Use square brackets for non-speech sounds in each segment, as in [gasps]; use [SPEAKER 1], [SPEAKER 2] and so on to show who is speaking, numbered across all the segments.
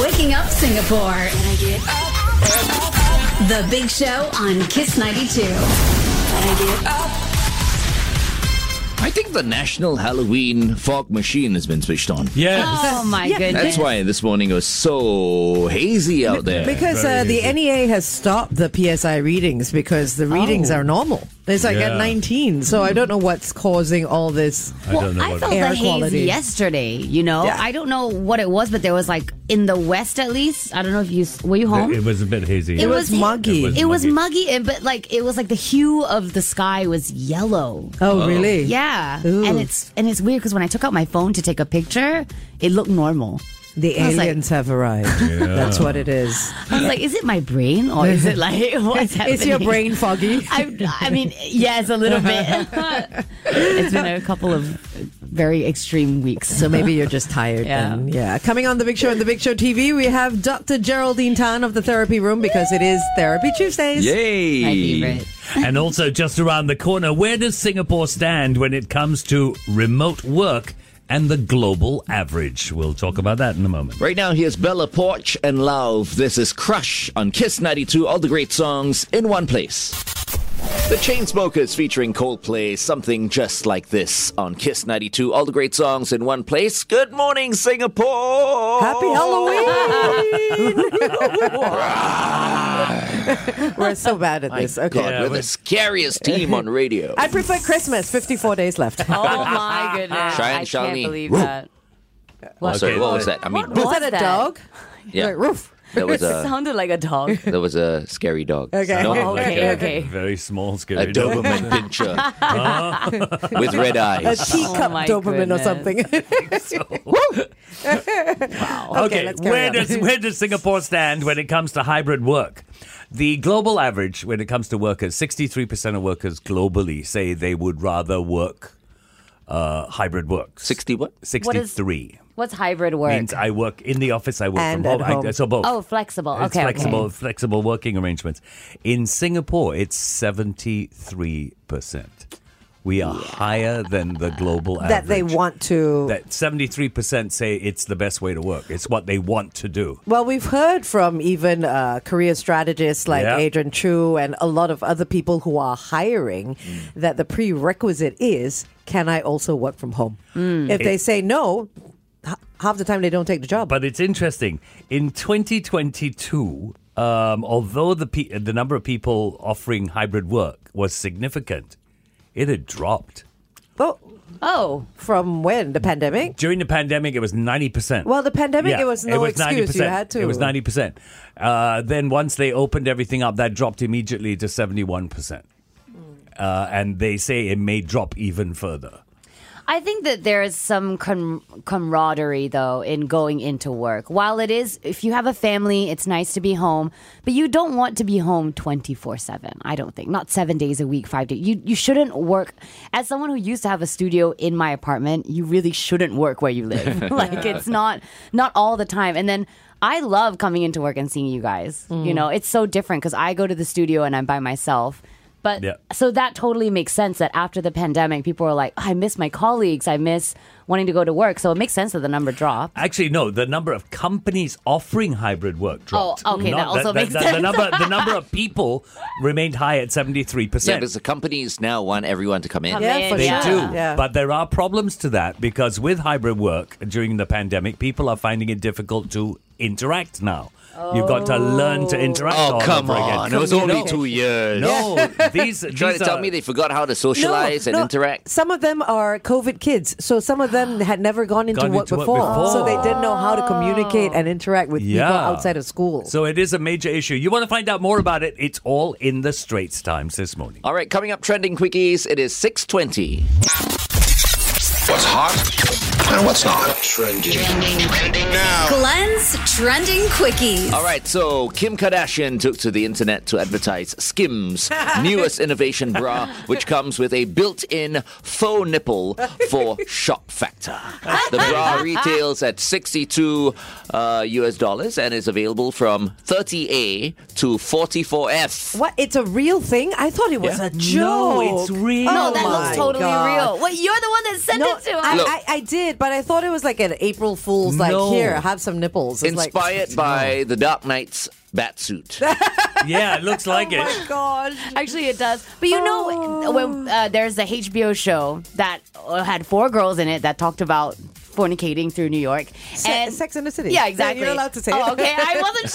[SPEAKER 1] Waking Up Singapore. The Big Show on Kiss 92.
[SPEAKER 2] I think the National Halloween Fog Machine has been switched on.
[SPEAKER 3] Yes.
[SPEAKER 4] Oh my goodness.
[SPEAKER 2] That's why this morning was so hazy out there.
[SPEAKER 5] Because uh, the NEA has stopped the PSI readings because the readings are normal. It's like
[SPEAKER 3] Oh. Yeah.
[SPEAKER 5] at 19. So I don't know what's causing all this.
[SPEAKER 3] I don't know
[SPEAKER 4] I
[SPEAKER 3] what
[SPEAKER 4] felt
[SPEAKER 5] Air
[SPEAKER 4] the haze
[SPEAKER 5] quality.
[SPEAKER 4] yesterday, you know?
[SPEAKER 5] Yeah.
[SPEAKER 4] I don't know what it was, but there was like, in the West at least, I don't know if you, s- were you home?
[SPEAKER 3] It was a bit hazy.
[SPEAKER 4] It
[SPEAKER 5] was
[SPEAKER 4] was-
[SPEAKER 5] muggy.
[SPEAKER 3] it was-
[SPEAKER 4] It was
[SPEAKER 3] muggy.
[SPEAKER 4] muggy, and but like it was like the hue of the sky was yellow.
[SPEAKER 5] oh, really?
[SPEAKER 4] Yeah,
[SPEAKER 5] Ooh.
[SPEAKER 4] and it's and it's weird because when I took out my phone to take a picture, it looked normal.
[SPEAKER 5] The
[SPEAKER 4] I was like-
[SPEAKER 5] aliens have arrived. That's what it is.
[SPEAKER 4] I was like, is it my brain or is it like [laughs]
[SPEAKER 5] [laughs]
[SPEAKER 4] what's happening?
[SPEAKER 5] Is your brain foggy?
[SPEAKER 4] [laughs] I, I mean, yes, a little
[SPEAKER 5] [laughs]
[SPEAKER 4] bit. it's been a couple of very extreme weeks.
[SPEAKER 5] So maybe you're just tired
[SPEAKER 4] Yeah.
[SPEAKER 5] then. Yeah. Coming on The Big Show and The Big Show TV, we have Dr. Geraldine Tan of the Therapy Room because it is Therapy Tuesdays.
[SPEAKER 2] Yay!
[SPEAKER 4] My favorite.
[SPEAKER 3] and also, just around the corner, where does Singapore stand when it comes to remote work and the global average? We'll talk about that in a moment.
[SPEAKER 2] Right now, here's Bella Porch and Lauv. This is Crush on Kiss 92, all the great songs in one place. The Chainsmokers featuring Coldplay, something just like this on Kiss 92, all the great songs in one place. Good morning, Singapore!
[SPEAKER 5] Happy
[SPEAKER 2] [laughs]
[SPEAKER 5] Halloween! [laughs] We're so bad at this. Okay.
[SPEAKER 2] God, we're the scariest team
[SPEAKER 5] [laughs]
[SPEAKER 2] on radio.
[SPEAKER 5] I prefer Christmas. 54 days left.
[SPEAKER 2] [laughs]
[SPEAKER 6] Oh my goodness.
[SPEAKER 2] Cheyenne
[SPEAKER 6] I can't
[SPEAKER 2] Shawnee.
[SPEAKER 6] believe
[SPEAKER 2] Woo.
[SPEAKER 6] that.
[SPEAKER 2] Oh, sorry, what was that? I mean,
[SPEAKER 6] What
[SPEAKER 5] Was that a
[SPEAKER 6] that?
[SPEAKER 5] dog?
[SPEAKER 2] yeah,
[SPEAKER 5] Like, roof.
[SPEAKER 2] that was uh,
[SPEAKER 6] It
[SPEAKER 2] a
[SPEAKER 6] sounded like a
[SPEAKER 2] [laughs]
[SPEAKER 6] dog.
[SPEAKER 2] that was a scary dog.
[SPEAKER 5] Okay.
[SPEAKER 2] No,
[SPEAKER 6] Oh,
[SPEAKER 3] Like
[SPEAKER 6] okay,
[SPEAKER 3] a
[SPEAKER 6] okay.
[SPEAKER 3] Very small,
[SPEAKER 2] a
[SPEAKER 5] [laughs]
[SPEAKER 3] scary dog.
[SPEAKER 2] Doberman pincher with red
[SPEAKER 5] A
[SPEAKER 2] eyes.
[SPEAKER 5] teacup
[SPEAKER 6] Oh my
[SPEAKER 5] Doberman or
[SPEAKER 6] goodness.
[SPEAKER 5] something. [laughs]
[SPEAKER 3] Okay,
[SPEAKER 5] let's carry
[SPEAKER 3] where
[SPEAKER 5] on.
[SPEAKER 3] does where does Singapore stand when it comes to hybrid work? The global average when it comes to workers, sixty three percent of workers globally say they would rather work uh, hybrid work.
[SPEAKER 2] 60 what?
[SPEAKER 3] Sixty three
[SPEAKER 6] What's hybrid work?
[SPEAKER 3] means I work in the office, I work
[SPEAKER 5] And
[SPEAKER 3] from home.
[SPEAKER 5] at home.
[SPEAKER 3] I, so both.
[SPEAKER 6] oh, flexible.
[SPEAKER 3] It's
[SPEAKER 6] okay.
[SPEAKER 3] flexible,
[SPEAKER 6] Okay.
[SPEAKER 3] flexible working arrangements. In Singapore, it's seventy three percent. We are higher than the global average.
[SPEAKER 5] that they want to.
[SPEAKER 3] That seventy three percent say it's the best way to work. It's what they want to do.
[SPEAKER 5] well, we've heard from even uh, career strategists like
[SPEAKER 3] Yeah.
[SPEAKER 5] Adrian Chu and a lot of other people who are hiring
[SPEAKER 3] Mm.
[SPEAKER 5] that the prerequisite is can I also work from home?
[SPEAKER 6] Mm.
[SPEAKER 5] If they say no, h- half the time they don't take the job.
[SPEAKER 3] But it's interesting. In 2022, um, although the pe- the number of people offering hybrid work was significant, it had dropped
[SPEAKER 5] oh,
[SPEAKER 6] Oh,
[SPEAKER 5] from when? The pandemic?
[SPEAKER 3] during the pandemic. It was 90 percent.
[SPEAKER 5] Well, the pandemic, it was no excuse.
[SPEAKER 3] 90%.
[SPEAKER 5] You had to.
[SPEAKER 3] It was 90 percent. Uh, then once they opened everything up, that dropped immediately to 71 percent. Uh, and they say it may drop even further.
[SPEAKER 6] I think that there is some com- camaraderie though in going into work. While it is, if you have a family, it's nice to be home, but you don't want to be home twenty four seven. I don't think not seven days a week, five days. You you shouldn't work. As someone who used to have a studio in my apartment, you really shouldn't work where you live. [laughs] like it's not not all the time. And then. I love coming into work and seeing you guys. You know, it's so different because I go to the studio and I'm by myself. But
[SPEAKER 3] Yeah.
[SPEAKER 6] so that totally makes sense that after the pandemic, people are like, I miss my colleagues. I miss wanting to go to work. So it makes sense that the number dropped.
[SPEAKER 3] Actually, no. The number of companies offering hybrid work dropped.
[SPEAKER 6] Oh, okay, that also makes
[SPEAKER 3] the, The
[SPEAKER 6] sense.
[SPEAKER 3] number,
[SPEAKER 6] [laughs]
[SPEAKER 3] the number of people remained high at seventy-three
[SPEAKER 2] Yeah,
[SPEAKER 3] percent.
[SPEAKER 2] because the companies now want everyone to come in.
[SPEAKER 6] Yeah.
[SPEAKER 5] Yeah, for
[SPEAKER 3] they
[SPEAKER 5] sure.
[SPEAKER 3] do,
[SPEAKER 5] Yeah.
[SPEAKER 3] but there are problems to that because with hybrid work during the pandemic, people are finding it difficult to interact now. You've got to learn to interact.
[SPEAKER 2] Oh,
[SPEAKER 3] all
[SPEAKER 2] come
[SPEAKER 3] over
[SPEAKER 2] on.
[SPEAKER 3] Again.
[SPEAKER 2] It was only two years.
[SPEAKER 3] No, these, these
[SPEAKER 2] Trying to tell
[SPEAKER 3] are-
[SPEAKER 2] me they forgot how to socialize and interact.
[SPEAKER 5] Some of them are COVID kids, so some of them had never gone into
[SPEAKER 3] Gone
[SPEAKER 5] work
[SPEAKER 3] into work
[SPEAKER 5] before,
[SPEAKER 3] before.
[SPEAKER 5] so they didn't know how to communicate and interact with people
[SPEAKER 3] Yeah.
[SPEAKER 5] outside of school.
[SPEAKER 3] So it is a major issue. You want to find out more about it? It's all in the Straits Times this morning.
[SPEAKER 2] All right, coming up trending quickies. It is 6:20.
[SPEAKER 7] What's hot and what's not. Trending. now.
[SPEAKER 1] Glenn's Trending Quickies.
[SPEAKER 2] All right, so Kim Kardashian took to the internet to advertise
[SPEAKER 5] [laughs]
[SPEAKER 2] Skims' newest innovation bra, which comes with a built-in faux nipple for shock factor. The
[SPEAKER 5] [laughs]
[SPEAKER 2] bra retails at 62 uh, US dollars and is available from 30A to 44F.
[SPEAKER 5] what? It's a real thing? I thought it was
[SPEAKER 3] Yeah.
[SPEAKER 5] a joke.
[SPEAKER 3] No, it's real.
[SPEAKER 5] Oh
[SPEAKER 6] no, that
[SPEAKER 5] my
[SPEAKER 6] looks totally
[SPEAKER 5] God.
[SPEAKER 6] real. Wait, you're the one that sent
[SPEAKER 5] No,
[SPEAKER 6] it to us.
[SPEAKER 5] I,
[SPEAKER 2] Look.
[SPEAKER 5] I, I did, but I thought it was like an April Fool's, like
[SPEAKER 3] No.
[SPEAKER 5] here, have some nipples. balls. It's like-
[SPEAKER 2] Inspired by the Dark Knight's bat suit.
[SPEAKER 3] Yeah, it looks like
[SPEAKER 5] oh
[SPEAKER 3] it.
[SPEAKER 5] my gosh.
[SPEAKER 6] Actually, it does. But you know, when uh, there's a HBO show that uh, had four girls in it that talked about fornicating through New York
[SPEAKER 5] Se- Sex in the City.
[SPEAKER 6] Yeah,
[SPEAKER 5] No,
[SPEAKER 6] exactly.
[SPEAKER 5] you're allowed to say
[SPEAKER 6] Oh,
[SPEAKER 5] it.
[SPEAKER 6] okay, I wasn't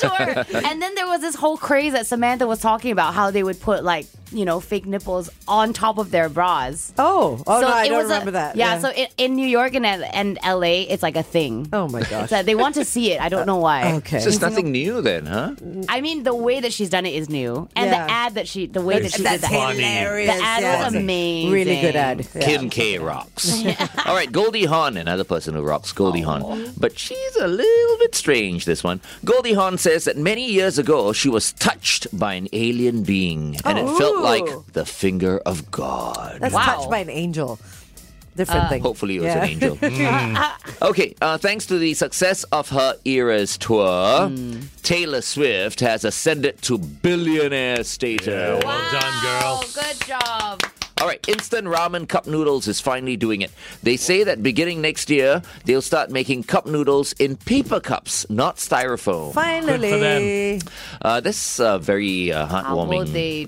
[SPEAKER 6] sure. and then there was this whole craze that Samantha was talking about how they would put like you know fake nipples on top of their bras.
[SPEAKER 5] [laughs] Oh, oh no, I
[SPEAKER 6] it
[SPEAKER 5] don't
[SPEAKER 6] was a-
[SPEAKER 5] remember that.
[SPEAKER 6] Yeah, so in, in New York and L- and LA, it's like a thing.
[SPEAKER 5] Oh
[SPEAKER 6] [laughs]
[SPEAKER 5] my gosh.
[SPEAKER 6] So they want to see it. I don't know
[SPEAKER 5] [laughs]
[SPEAKER 6] why.
[SPEAKER 5] okay.
[SPEAKER 2] It's just nothing new then, huh?
[SPEAKER 6] I mean, the way that she's done it is new, and
[SPEAKER 5] Yeah.
[SPEAKER 6] the ad that she, the way that she did
[SPEAKER 5] That's
[SPEAKER 6] that,
[SPEAKER 3] funny.
[SPEAKER 5] hilarious.
[SPEAKER 6] the ad was
[SPEAKER 5] yeah.
[SPEAKER 6] amazing.
[SPEAKER 5] Really good ad. Yeah.
[SPEAKER 2] Kim K
[SPEAKER 5] [laughs]
[SPEAKER 2] rocks. All right, Goldie Hawn, another person who rocks Goldie
[SPEAKER 5] Oh.
[SPEAKER 2] Hawn. But she's a little bit strange, this one. Goldie Hawn says that many years ago, she was touched by an alien being, and it felt like the finger of God.
[SPEAKER 5] Oh. That's
[SPEAKER 6] Wow. Uh.
[SPEAKER 5] touched by an angel. Different thing.
[SPEAKER 2] Hopefully, it was
[SPEAKER 5] Yeah. [laughs]
[SPEAKER 2] an angel. okay, uh, thanks to the success of her Eras tour,
[SPEAKER 5] Mm.
[SPEAKER 2] Taylor Swift has ascended to billionaire status.
[SPEAKER 3] Well done, girl.
[SPEAKER 6] Oh, good job.
[SPEAKER 2] All right, instant ramen cup noodles is finally doing it. They say that beginning next year, they'll start making cup noodles in paper cups, not styrofoam.
[SPEAKER 5] Finally.
[SPEAKER 3] Good
[SPEAKER 2] Uh, this is a very uh,
[SPEAKER 6] will they-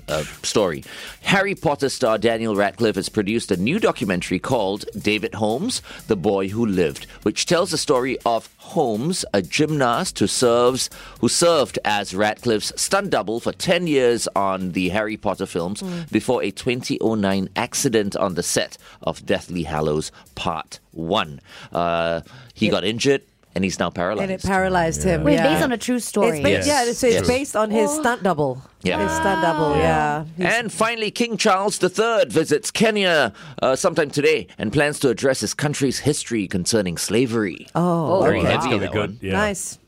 [SPEAKER 2] heartwarming uh, story. Harry Potter star Daniel Radcliffe has produced a new documentary called David Holmes, The Boy Who Lived, which tells the story of Holmes, a gymnast who serves who served as Radcliffe's stunt double for 10 years on the Harry Potter films
[SPEAKER 5] Hmm.
[SPEAKER 2] before a 2009 accident on the set of Deathly Hallows Part 1. Uh, he got injured and he's now paralyzed.
[SPEAKER 5] And it paralyzed him.
[SPEAKER 6] Wait,
[SPEAKER 5] yeah.
[SPEAKER 6] based on a true story.
[SPEAKER 5] It's based,
[SPEAKER 2] Yes.
[SPEAKER 5] Yeah, so it's
[SPEAKER 2] Yes.
[SPEAKER 5] based on his stunt double.
[SPEAKER 2] Yeah.
[SPEAKER 5] His stunt double, yeah.
[SPEAKER 2] And finally, King Charles III visits Kenya uh, sometime today and plans to address his country's history concerning slavery.
[SPEAKER 5] Oh,
[SPEAKER 2] very
[SPEAKER 5] okay.
[SPEAKER 2] heavy.
[SPEAKER 3] Really
[SPEAKER 2] that
[SPEAKER 3] good.
[SPEAKER 2] one.
[SPEAKER 3] Yeah.
[SPEAKER 5] Nice.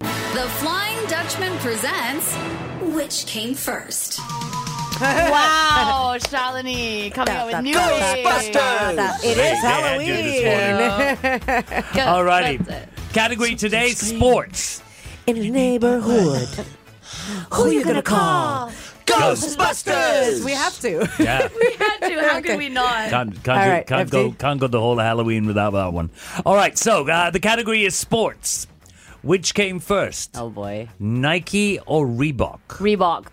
[SPEAKER 1] The Flying Dutchman presents Which Came First?
[SPEAKER 6] Wow, Shalini coming up with new
[SPEAKER 5] Ghostbusters! It
[SPEAKER 3] Hey,
[SPEAKER 5] is
[SPEAKER 3] they had you this
[SPEAKER 5] Halloween.
[SPEAKER 3] Alrighty. Category today: sports.
[SPEAKER 5] In the neighborhood. Who you gonna call?
[SPEAKER 2] Ghostbusters!
[SPEAKER 5] We have to.
[SPEAKER 3] Yeah.
[SPEAKER 6] How could we not?
[SPEAKER 3] Can't,
[SPEAKER 5] All
[SPEAKER 3] can't,
[SPEAKER 5] right,
[SPEAKER 3] do, can't, go,
[SPEAKER 5] FD.
[SPEAKER 3] can't go the whole of Halloween without that one. All right, so uh, the category is sports. Which came first,
[SPEAKER 6] Oh boy,
[SPEAKER 3] Nike or Reebok?
[SPEAKER 6] Reebok.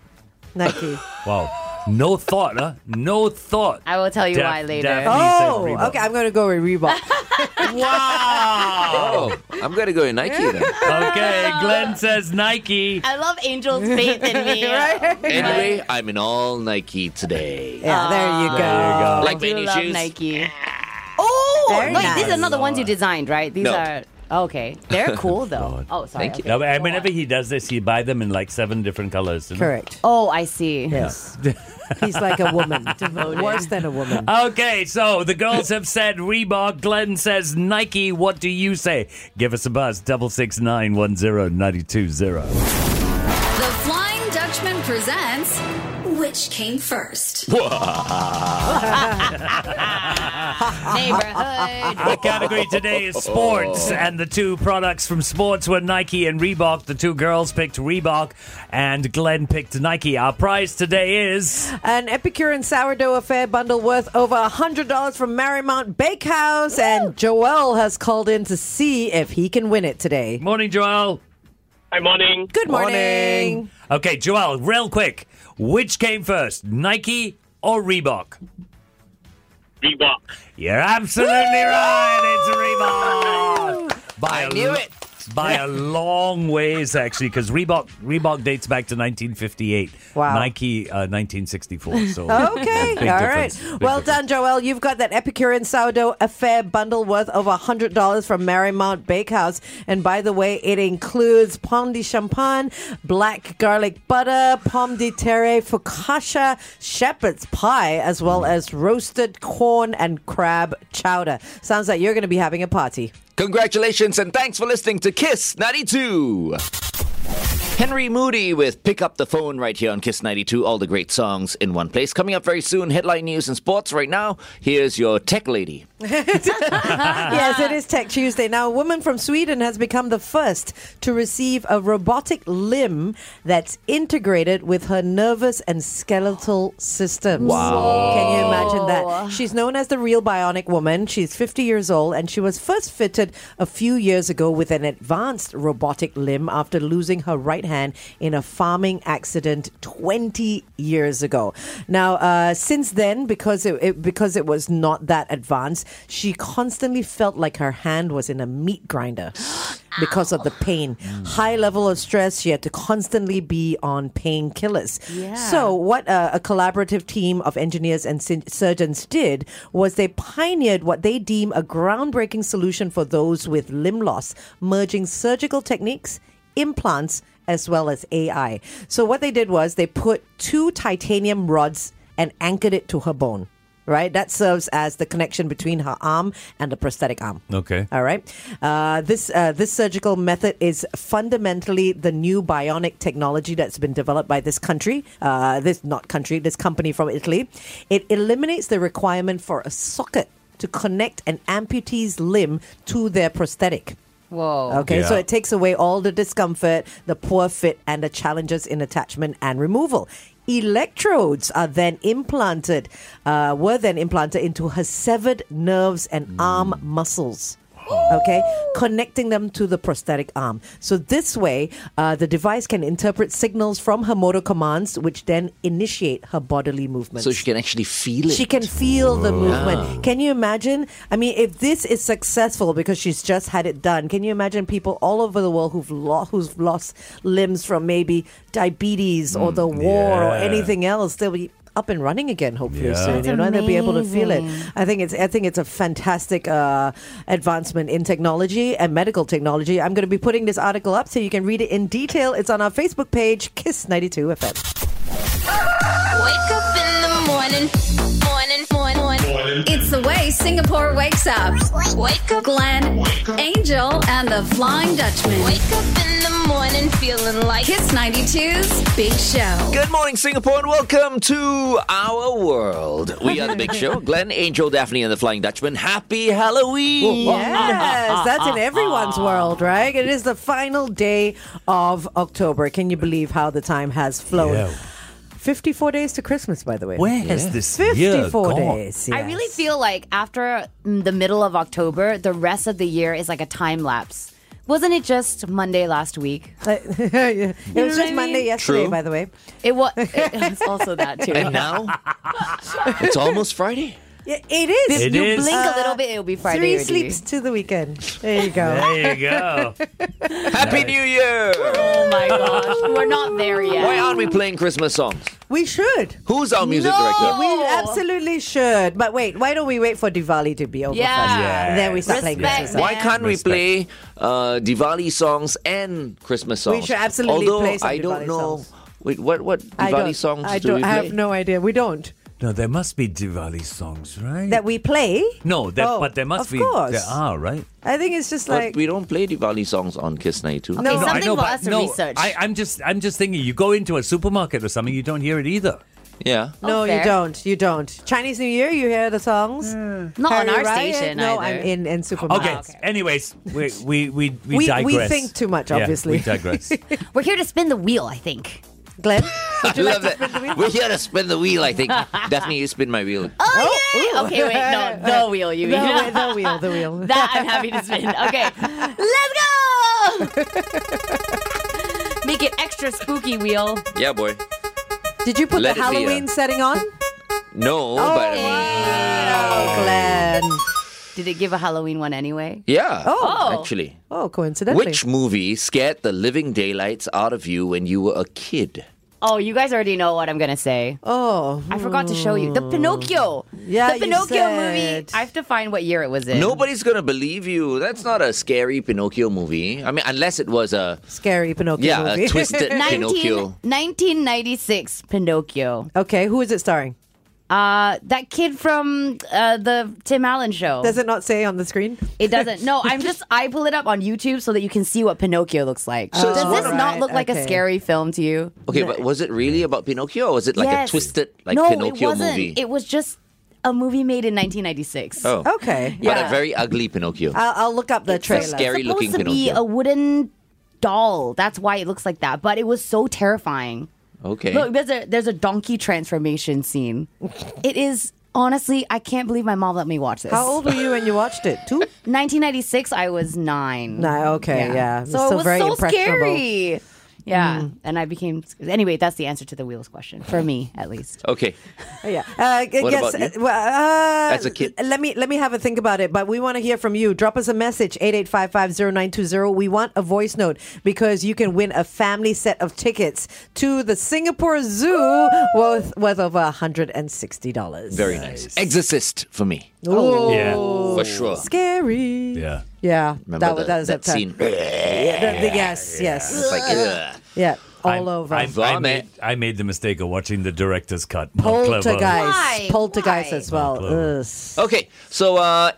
[SPEAKER 5] Nike.
[SPEAKER 3] Wow, no thought, huh? No thought.
[SPEAKER 6] I will tell you
[SPEAKER 3] Def-
[SPEAKER 6] why later.
[SPEAKER 3] definitely. He said
[SPEAKER 5] Oh,
[SPEAKER 3] Reebok.
[SPEAKER 5] okay. I'm gonna go with Reebok. [laughs]
[SPEAKER 3] Wow.
[SPEAKER 2] Oh, I'm going to go in Nike then.
[SPEAKER 3] okay, Glenn says Nike.
[SPEAKER 6] I love
[SPEAKER 5] [laughs]
[SPEAKER 6] Angel's faith in me.
[SPEAKER 2] Anyway, I'm in all Nike today.
[SPEAKER 5] Yeah, there you go.
[SPEAKER 3] There
[SPEAKER 5] Oh.
[SPEAKER 3] you go.
[SPEAKER 2] Like
[SPEAKER 6] Do you
[SPEAKER 2] many
[SPEAKER 6] love
[SPEAKER 2] shoes.
[SPEAKER 6] Nike. Oh,
[SPEAKER 5] Very
[SPEAKER 6] wait,
[SPEAKER 5] nice.
[SPEAKER 6] these are not the ones you designed, right? These
[SPEAKER 2] No.
[SPEAKER 6] are okay. They're cool [laughs] though. oh, sorry. okay.
[SPEAKER 3] No, but
[SPEAKER 6] Go
[SPEAKER 3] whenever
[SPEAKER 6] on.
[SPEAKER 3] he does this, he buy them in like seven different colors.
[SPEAKER 5] Correct.
[SPEAKER 6] Oh, I see.
[SPEAKER 5] Yes. He's like a woman.
[SPEAKER 6] [laughs]
[SPEAKER 5] Worse than a woman.
[SPEAKER 3] Okay, so the girls have said Reebok. Glenn says Nike. What do you say? Give us a buzz. Double six nine one zero ninety two zero.
[SPEAKER 1] The Flying Dutchman presents Which Came First?
[SPEAKER 6] [laughs] Neighborhood.
[SPEAKER 3] Our category today is sports, and the two products from sports were Nike and Reebok. The two girls picked Reebok, and Glenn picked Nike. Our prize today is
[SPEAKER 5] An Epicurean sourdough affair bundle worth over $100 from Marymount Bakehouse. And Joel has called in to see if he can win it today.
[SPEAKER 3] morning, Joel.
[SPEAKER 8] Hi, morning.
[SPEAKER 5] Good morning.
[SPEAKER 3] Okay, Joel, real quick, which came first, Nike or Reebok?
[SPEAKER 8] Reebok.
[SPEAKER 3] You're absolutely right. It's Reebok. By a
[SPEAKER 2] knew
[SPEAKER 3] lo-
[SPEAKER 2] it.
[SPEAKER 3] By a long ways, actually, because Reebok Reebok dates back to 1958.
[SPEAKER 5] Wow.
[SPEAKER 3] Nike uh, 1964.
[SPEAKER 5] [laughs]
[SPEAKER 3] So
[SPEAKER 5] Okay,
[SPEAKER 3] [laughs] big
[SPEAKER 5] all right.
[SPEAKER 3] difference, big
[SPEAKER 5] Well
[SPEAKER 3] difference.
[SPEAKER 5] done, Joel. You've got that Epicurean sourdough affair bundle worth over $100 from Marymount Bakehouse. And by the way, it includes pomme de champagne, black garlic butter, pomme de terre, focaccia, shepherd's pie, as well
[SPEAKER 3] Mm.
[SPEAKER 5] as roasted corn and crab chowder. Sounds like you're going to be having a party.
[SPEAKER 2] Congratulations and thanks for listening to Kiss 92. Henry Moody with Pick Up the Phone right here on Kiss 92. All the great songs in one place. Coming up very soon, headline news and sports. Right now, here's your tech lady.
[SPEAKER 5] [laughs] yes, it is Tech Tuesday. Now, a woman from Sweden has become the first to receive a robotic limb that's integrated with her nervous and skeletal systems. Wow. Can you imagine that? She's known as the real bionic woman. She's 50 years old and she was first fitted a few years ago with an advanced robotic limb after losing her right hand in a farming accident 20 years ago. Now, uh, since then, because it, it because it was not that advanced, she constantly felt like her hand was in a meat grinder because of the pain. High level of stress. She had to constantly be on painkillers. So, what uh, a collaborative team of engineers and sin- surgeons did was they pioneered what they deem a groundbreaking solution for those with limb loss, merging surgical techniques, implants, as well as AI. So, what they did was they put two titanium rods and anchored it to her bone. Right, that serves as the connection between her arm and the prosthetic arm.
[SPEAKER 3] Okay.
[SPEAKER 5] All right. Uh, this uh, this surgical method is fundamentally the new bionic technology that's been developed by this country. Uh, this not country. This company from Italy. It eliminates the requirement for a socket to connect an amputee's limb to their prosthetic.
[SPEAKER 6] Whoa.
[SPEAKER 5] Okay, so
[SPEAKER 3] Yeah.
[SPEAKER 5] it takes away all the discomfort, the poor fit, and the challenges in attachment and removal. Electrodes are then implanted, uh, were then implanted into her severed nerves and
[SPEAKER 2] Mm.
[SPEAKER 5] arm muscles. Okay, connecting them to the prosthetic arm. So this way, uh, the device can interpret signals from her motor commands, which then initiate her bodily movements.
[SPEAKER 2] So she can actually feel it.
[SPEAKER 5] She can feel the movement. Can you imagine? I mean, if this is successful because she's just had it done, can you imagine people all over the world who've lost who've lost limbs from maybe diabetes or the war or
[SPEAKER 3] yeah.
[SPEAKER 5] anything else? They'll be up and running again, hopefully
[SPEAKER 3] Yeah.
[SPEAKER 5] soon.
[SPEAKER 6] That's
[SPEAKER 5] you know, and they'll be able to feel it.
[SPEAKER 6] amazing.
[SPEAKER 5] I think it's I think it's a fantastic uh, advancement in technology and medical technology. I'm going to be putting this article up so you can read it in detail. It's on our Facebook page, Kiss ninety two FM.
[SPEAKER 9] Wake up in the morning. Morning, morning, morning.
[SPEAKER 1] It's the way Singapore wakes up.
[SPEAKER 9] Wake up,
[SPEAKER 1] Glenn, Angel, and the Flying Dutchman.
[SPEAKER 9] wake up in the morning feeling like
[SPEAKER 1] Kiss 92's Big Show.
[SPEAKER 2] Good morning, Singapore, and welcome to our world. We are the Big
[SPEAKER 5] [laughs]
[SPEAKER 2] Show. Glenn, Angel, Daphne, and the Flying Dutchman. Happy Halloween!
[SPEAKER 5] Yes, that's in everyone's world, right? It is the final day of October. Can you believe how the time has flown?
[SPEAKER 3] Yeah.
[SPEAKER 5] 54 days to Christmas, by the way.
[SPEAKER 3] Where has this year
[SPEAKER 5] 54
[SPEAKER 3] gone?
[SPEAKER 5] days.
[SPEAKER 6] I really
[SPEAKER 5] yes.
[SPEAKER 6] feel like after mm, the middle of October, the rest of the year is like a time lapse. Wasn't it just Monday last week?
[SPEAKER 5] [laughs] it
[SPEAKER 6] know
[SPEAKER 5] was
[SPEAKER 6] what I
[SPEAKER 5] just
[SPEAKER 6] mean?
[SPEAKER 5] Monday yesterday,
[SPEAKER 2] True.
[SPEAKER 5] by the way.
[SPEAKER 6] It was. [laughs] It was also that too.
[SPEAKER 2] And now,
[SPEAKER 5] [laughs]
[SPEAKER 2] it's almost Friday.
[SPEAKER 5] Yeah, it is.
[SPEAKER 3] It
[SPEAKER 6] you
[SPEAKER 3] is.
[SPEAKER 6] blink a little bit, it'll be Friday.
[SPEAKER 5] Three
[SPEAKER 6] already.
[SPEAKER 5] sleeps to the weekend. There you go.
[SPEAKER 3] [laughs] There you
[SPEAKER 5] [laughs]
[SPEAKER 3] go.
[SPEAKER 2] Happy New Year!
[SPEAKER 6] Oh [laughs] my gosh, we're not there yet.
[SPEAKER 2] Why aren't we playing Christmas songs?
[SPEAKER 5] We should.
[SPEAKER 2] Who's our music
[SPEAKER 6] No.
[SPEAKER 2] director?
[SPEAKER 5] We
[SPEAKER 6] Oh.
[SPEAKER 5] absolutely should. But wait, why don't we wait for Diwali to be over
[SPEAKER 6] Yeah.
[SPEAKER 5] first?
[SPEAKER 3] Yeah.
[SPEAKER 5] Ah, Then we start playing
[SPEAKER 6] Respect
[SPEAKER 5] Christmas.
[SPEAKER 6] that.
[SPEAKER 2] Why can't we
[SPEAKER 3] Respect.
[SPEAKER 2] play uh, Diwali songs and Christmas songs?
[SPEAKER 5] We should absolutely
[SPEAKER 2] Although
[SPEAKER 5] play some
[SPEAKER 2] I don't
[SPEAKER 5] Diwali
[SPEAKER 2] know.
[SPEAKER 5] songs.
[SPEAKER 2] Wait, what what
[SPEAKER 5] I
[SPEAKER 2] Diwali
[SPEAKER 5] don't-
[SPEAKER 2] songs
[SPEAKER 5] I
[SPEAKER 2] do
[SPEAKER 5] don't
[SPEAKER 2] we play?
[SPEAKER 5] I have no idea. We don't.
[SPEAKER 3] No, there must be Diwali songs, right?
[SPEAKER 5] That we play?
[SPEAKER 3] no, there,
[SPEAKER 5] Oh,
[SPEAKER 3] but there
[SPEAKER 5] of
[SPEAKER 3] must be.
[SPEAKER 5] course.
[SPEAKER 3] There are, right?
[SPEAKER 5] I think it's just
[SPEAKER 2] But
[SPEAKER 5] like.
[SPEAKER 2] we don't play Diwali songs on Kiss 92.
[SPEAKER 6] Okay,
[SPEAKER 3] I
[SPEAKER 6] something
[SPEAKER 3] know,
[SPEAKER 6] for
[SPEAKER 3] but
[SPEAKER 6] us to
[SPEAKER 3] no,
[SPEAKER 6] research.
[SPEAKER 3] I, I'm just, I'm just thinking. You go into a supermarket or something, you don't hear it either.
[SPEAKER 2] Yeah.
[SPEAKER 5] No,
[SPEAKER 6] Oh,
[SPEAKER 5] you
[SPEAKER 6] fair.
[SPEAKER 5] don't. You don't. Chinese New Year, you hear the songs.
[SPEAKER 6] not Mm. on
[SPEAKER 5] Harry
[SPEAKER 6] our
[SPEAKER 5] Riot.
[SPEAKER 6] station.
[SPEAKER 5] No,
[SPEAKER 6] either.
[SPEAKER 5] I'm in in
[SPEAKER 3] Okay.
[SPEAKER 5] supermarkets.
[SPEAKER 3] Anyways, we we we we,
[SPEAKER 5] Ah, We- we
[SPEAKER 3] digress.
[SPEAKER 5] think too much,
[SPEAKER 3] Yeah,
[SPEAKER 5] obviously.
[SPEAKER 3] we
[SPEAKER 5] [laughs]
[SPEAKER 3] digress.
[SPEAKER 6] We're here to spin the wheel. I think.
[SPEAKER 5] Glenn,
[SPEAKER 2] I [laughs] love that. We're here to spin the wheel, I
[SPEAKER 5] [laughs]
[SPEAKER 2] think. Daphne, you spin my wheel.
[SPEAKER 6] Oh, yay! [laughs] Okay, [laughs] wait, no, the wheel. You mean
[SPEAKER 5] the, wheel- the wheel, the wheel.
[SPEAKER 6] that? I'm happy to spin. [laughs] Okay, let's go. Make it extra spooky wheel.
[SPEAKER 2] Yeah, boy.
[SPEAKER 5] Did you put
[SPEAKER 2] Let
[SPEAKER 5] the
[SPEAKER 2] it be,
[SPEAKER 5] Halloween
[SPEAKER 2] uh,
[SPEAKER 5] setting on?
[SPEAKER 2] No, but um, I mean,
[SPEAKER 5] Oh, Glenn.
[SPEAKER 6] Did it give a Halloween one anyway?
[SPEAKER 2] yeah.
[SPEAKER 6] Oh.
[SPEAKER 2] Actually.
[SPEAKER 5] Oh, coincidentally.
[SPEAKER 2] Which movie scared the living daylights out of you when you were a kid?
[SPEAKER 6] Oh, you guys already know what I'm gonna say.
[SPEAKER 5] Oh,
[SPEAKER 6] I forgot to show you the Pinocchio.
[SPEAKER 5] Yeah,
[SPEAKER 6] the
[SPEAKER 5] you
[SPEAKER 6] Pinocchio
[SPEAKER 5] said.
[SPEAKER 6] movie. I have to find what year it was in.
[SPEAKER 2] Nobody's gonna believe you. That's not a scary Pinocchio movie. I mean, unless it was a
[SPEAKER 5] scary Pinocchio
[SPEAKER 2] yeah,
[SPEAKER 5] movie. [laughs]
[SPEAKER 2] a
[SPEAKER 6] [laughs]
[SPEAKER 2] twisted
[SPEAKER 6] 19,
[SPEAKER 2] Pinocchio.
[SPEAKER 6] 1996 Pinocchio.
[SPEAKER 5] okay, who is it starring?
[SPEAKER 6] Uh, that kid from uh, the Tim Allen show.
[SPEAKER 5] Does it not say on the screen?
[SPEAKER 6] It doesn't. No, I'm just. I pull it up on YouTube so that you can see what Pinocchio looks like.
[SPEAKER 2] So it's
[SPEAKER 6] Does
[SPEAKER 2] more
[SPEAKER 6] this
[SPEAKER 2] of-
[SPEAKER 6] not look like
[SPEAKER 5] okay.
[SPEAKER 6] a scary film to you?
[SPEAKER 2] Okay, but was it really about Pinocchio or was it like
[SPEAKER 6] Yes.
[SPEAKER 2] a twisted like
[SPEAKER 6] no,
[SPEAKER 2] Pinocchio
[SPEAKER 6] it wasn't.
[SPEAKER 2] movie?
[SPEAKER 6] It was just a movie made in 1996.
[SPEAKER 2] oh.
[SPEAKER 5] Okay.
[SPEAKER 2] But
[SPEAKER 6] [laughs] Yeah.
[SPEAKER 2] a very ugly Pinocchio.
[SPEAKER 5] I'll, I'll look up the trailer.
[SPEAKER 2] scary
[SPEAKER 6] It's supposed
[SPEAKER 2] looking
[SPEAKER 6] to be
[SPEAKER 2] Pinocchio.
[SPEAKER 6] a wooden doll. That's why it looks like that. But it was so terrifying.
[SPEAKER 2] okay.
[SPEAKER 6] Look, there's a there's a donkey transformation scene. It is honestly, I can't believe my mom let me watch this.
[SPEAKER 5] How old were you when you watched it? Two?
[SPEAKER 6] 1996, I was nine.
[SPEAKER 5] No, okay, yeah.
[SPEAKER 6] So
[SPEAKER 5] Still
[SPEAKER 6] it was
[SPEAKER 5] very
[SPEAKER 6] so
[SPEAKER 5] impressionable. Mm.
[SPEAKER 6] scary. Yeah, and I became. Anyway, that's the answer to the wheels question for me, at least.
[SPEAKER 2] Okay.
[SPEAKER 5] Yeah. Uh, g-
[SPEAKER 2] What
[SPEAKER 5] yes,
[SPEAKER 2] about you?
[SPEAKER 5] uh, well, uh,
[SPEAKER 2] As a kid?
[SPEAKER 5] l- Let me let me have a think about it. But we want to hear from you. Drop us a message eight eight five five zero nine two zero. We want a voice note because you can win a family set of tickets to the Singapore Zoo worth worth over hundred and sixty dollars.
[SPEAKER 2] Very nice. Exorcist for me.
[SPEAKER 5] Ooh,
[SPEAKER 3] Oh, Yeah.
[SPEAKER 2] For sure.
[SPEAKER 5] scary.
[SPEAKER 3] Yeah.
[SPEAKER 5] Yeah.
[SPEAKER 2] Remember
[SPEAKER 5] wa-
[SPEAKER 2] that,
[SPEAKER 5] was
[SPEAKER 2] that
[SPEAKER 5] a time.
[SPEAKER 2] scene?
[SPEAKER 5] Yeah, the- the- yes. Yes.
[SPEAKER 2] It's like, ugh.
[SPEAKER 5] Yeah. All
[SPEAKER 3] I'm-
[SPEAKER 5] over.
[SPEAKER 3] I'm- I
[SPEAKER 2] Vomit.
[SPEAKER 3] made, I made the mistake of watching the director's cut. Not
[SPEAKER 5] Poltergeist.
[SPEAKER 3] clever.
[SPEAKER 6] Why?
[SPEAKER 5] Poltergeist
[SPEAKER 6] Why?
[SPEAKER 5] as well.
[SPEAKER 3] clever.
[SPEAKER 5] Ugh.
[SPEAKER 2] Okay, so uh,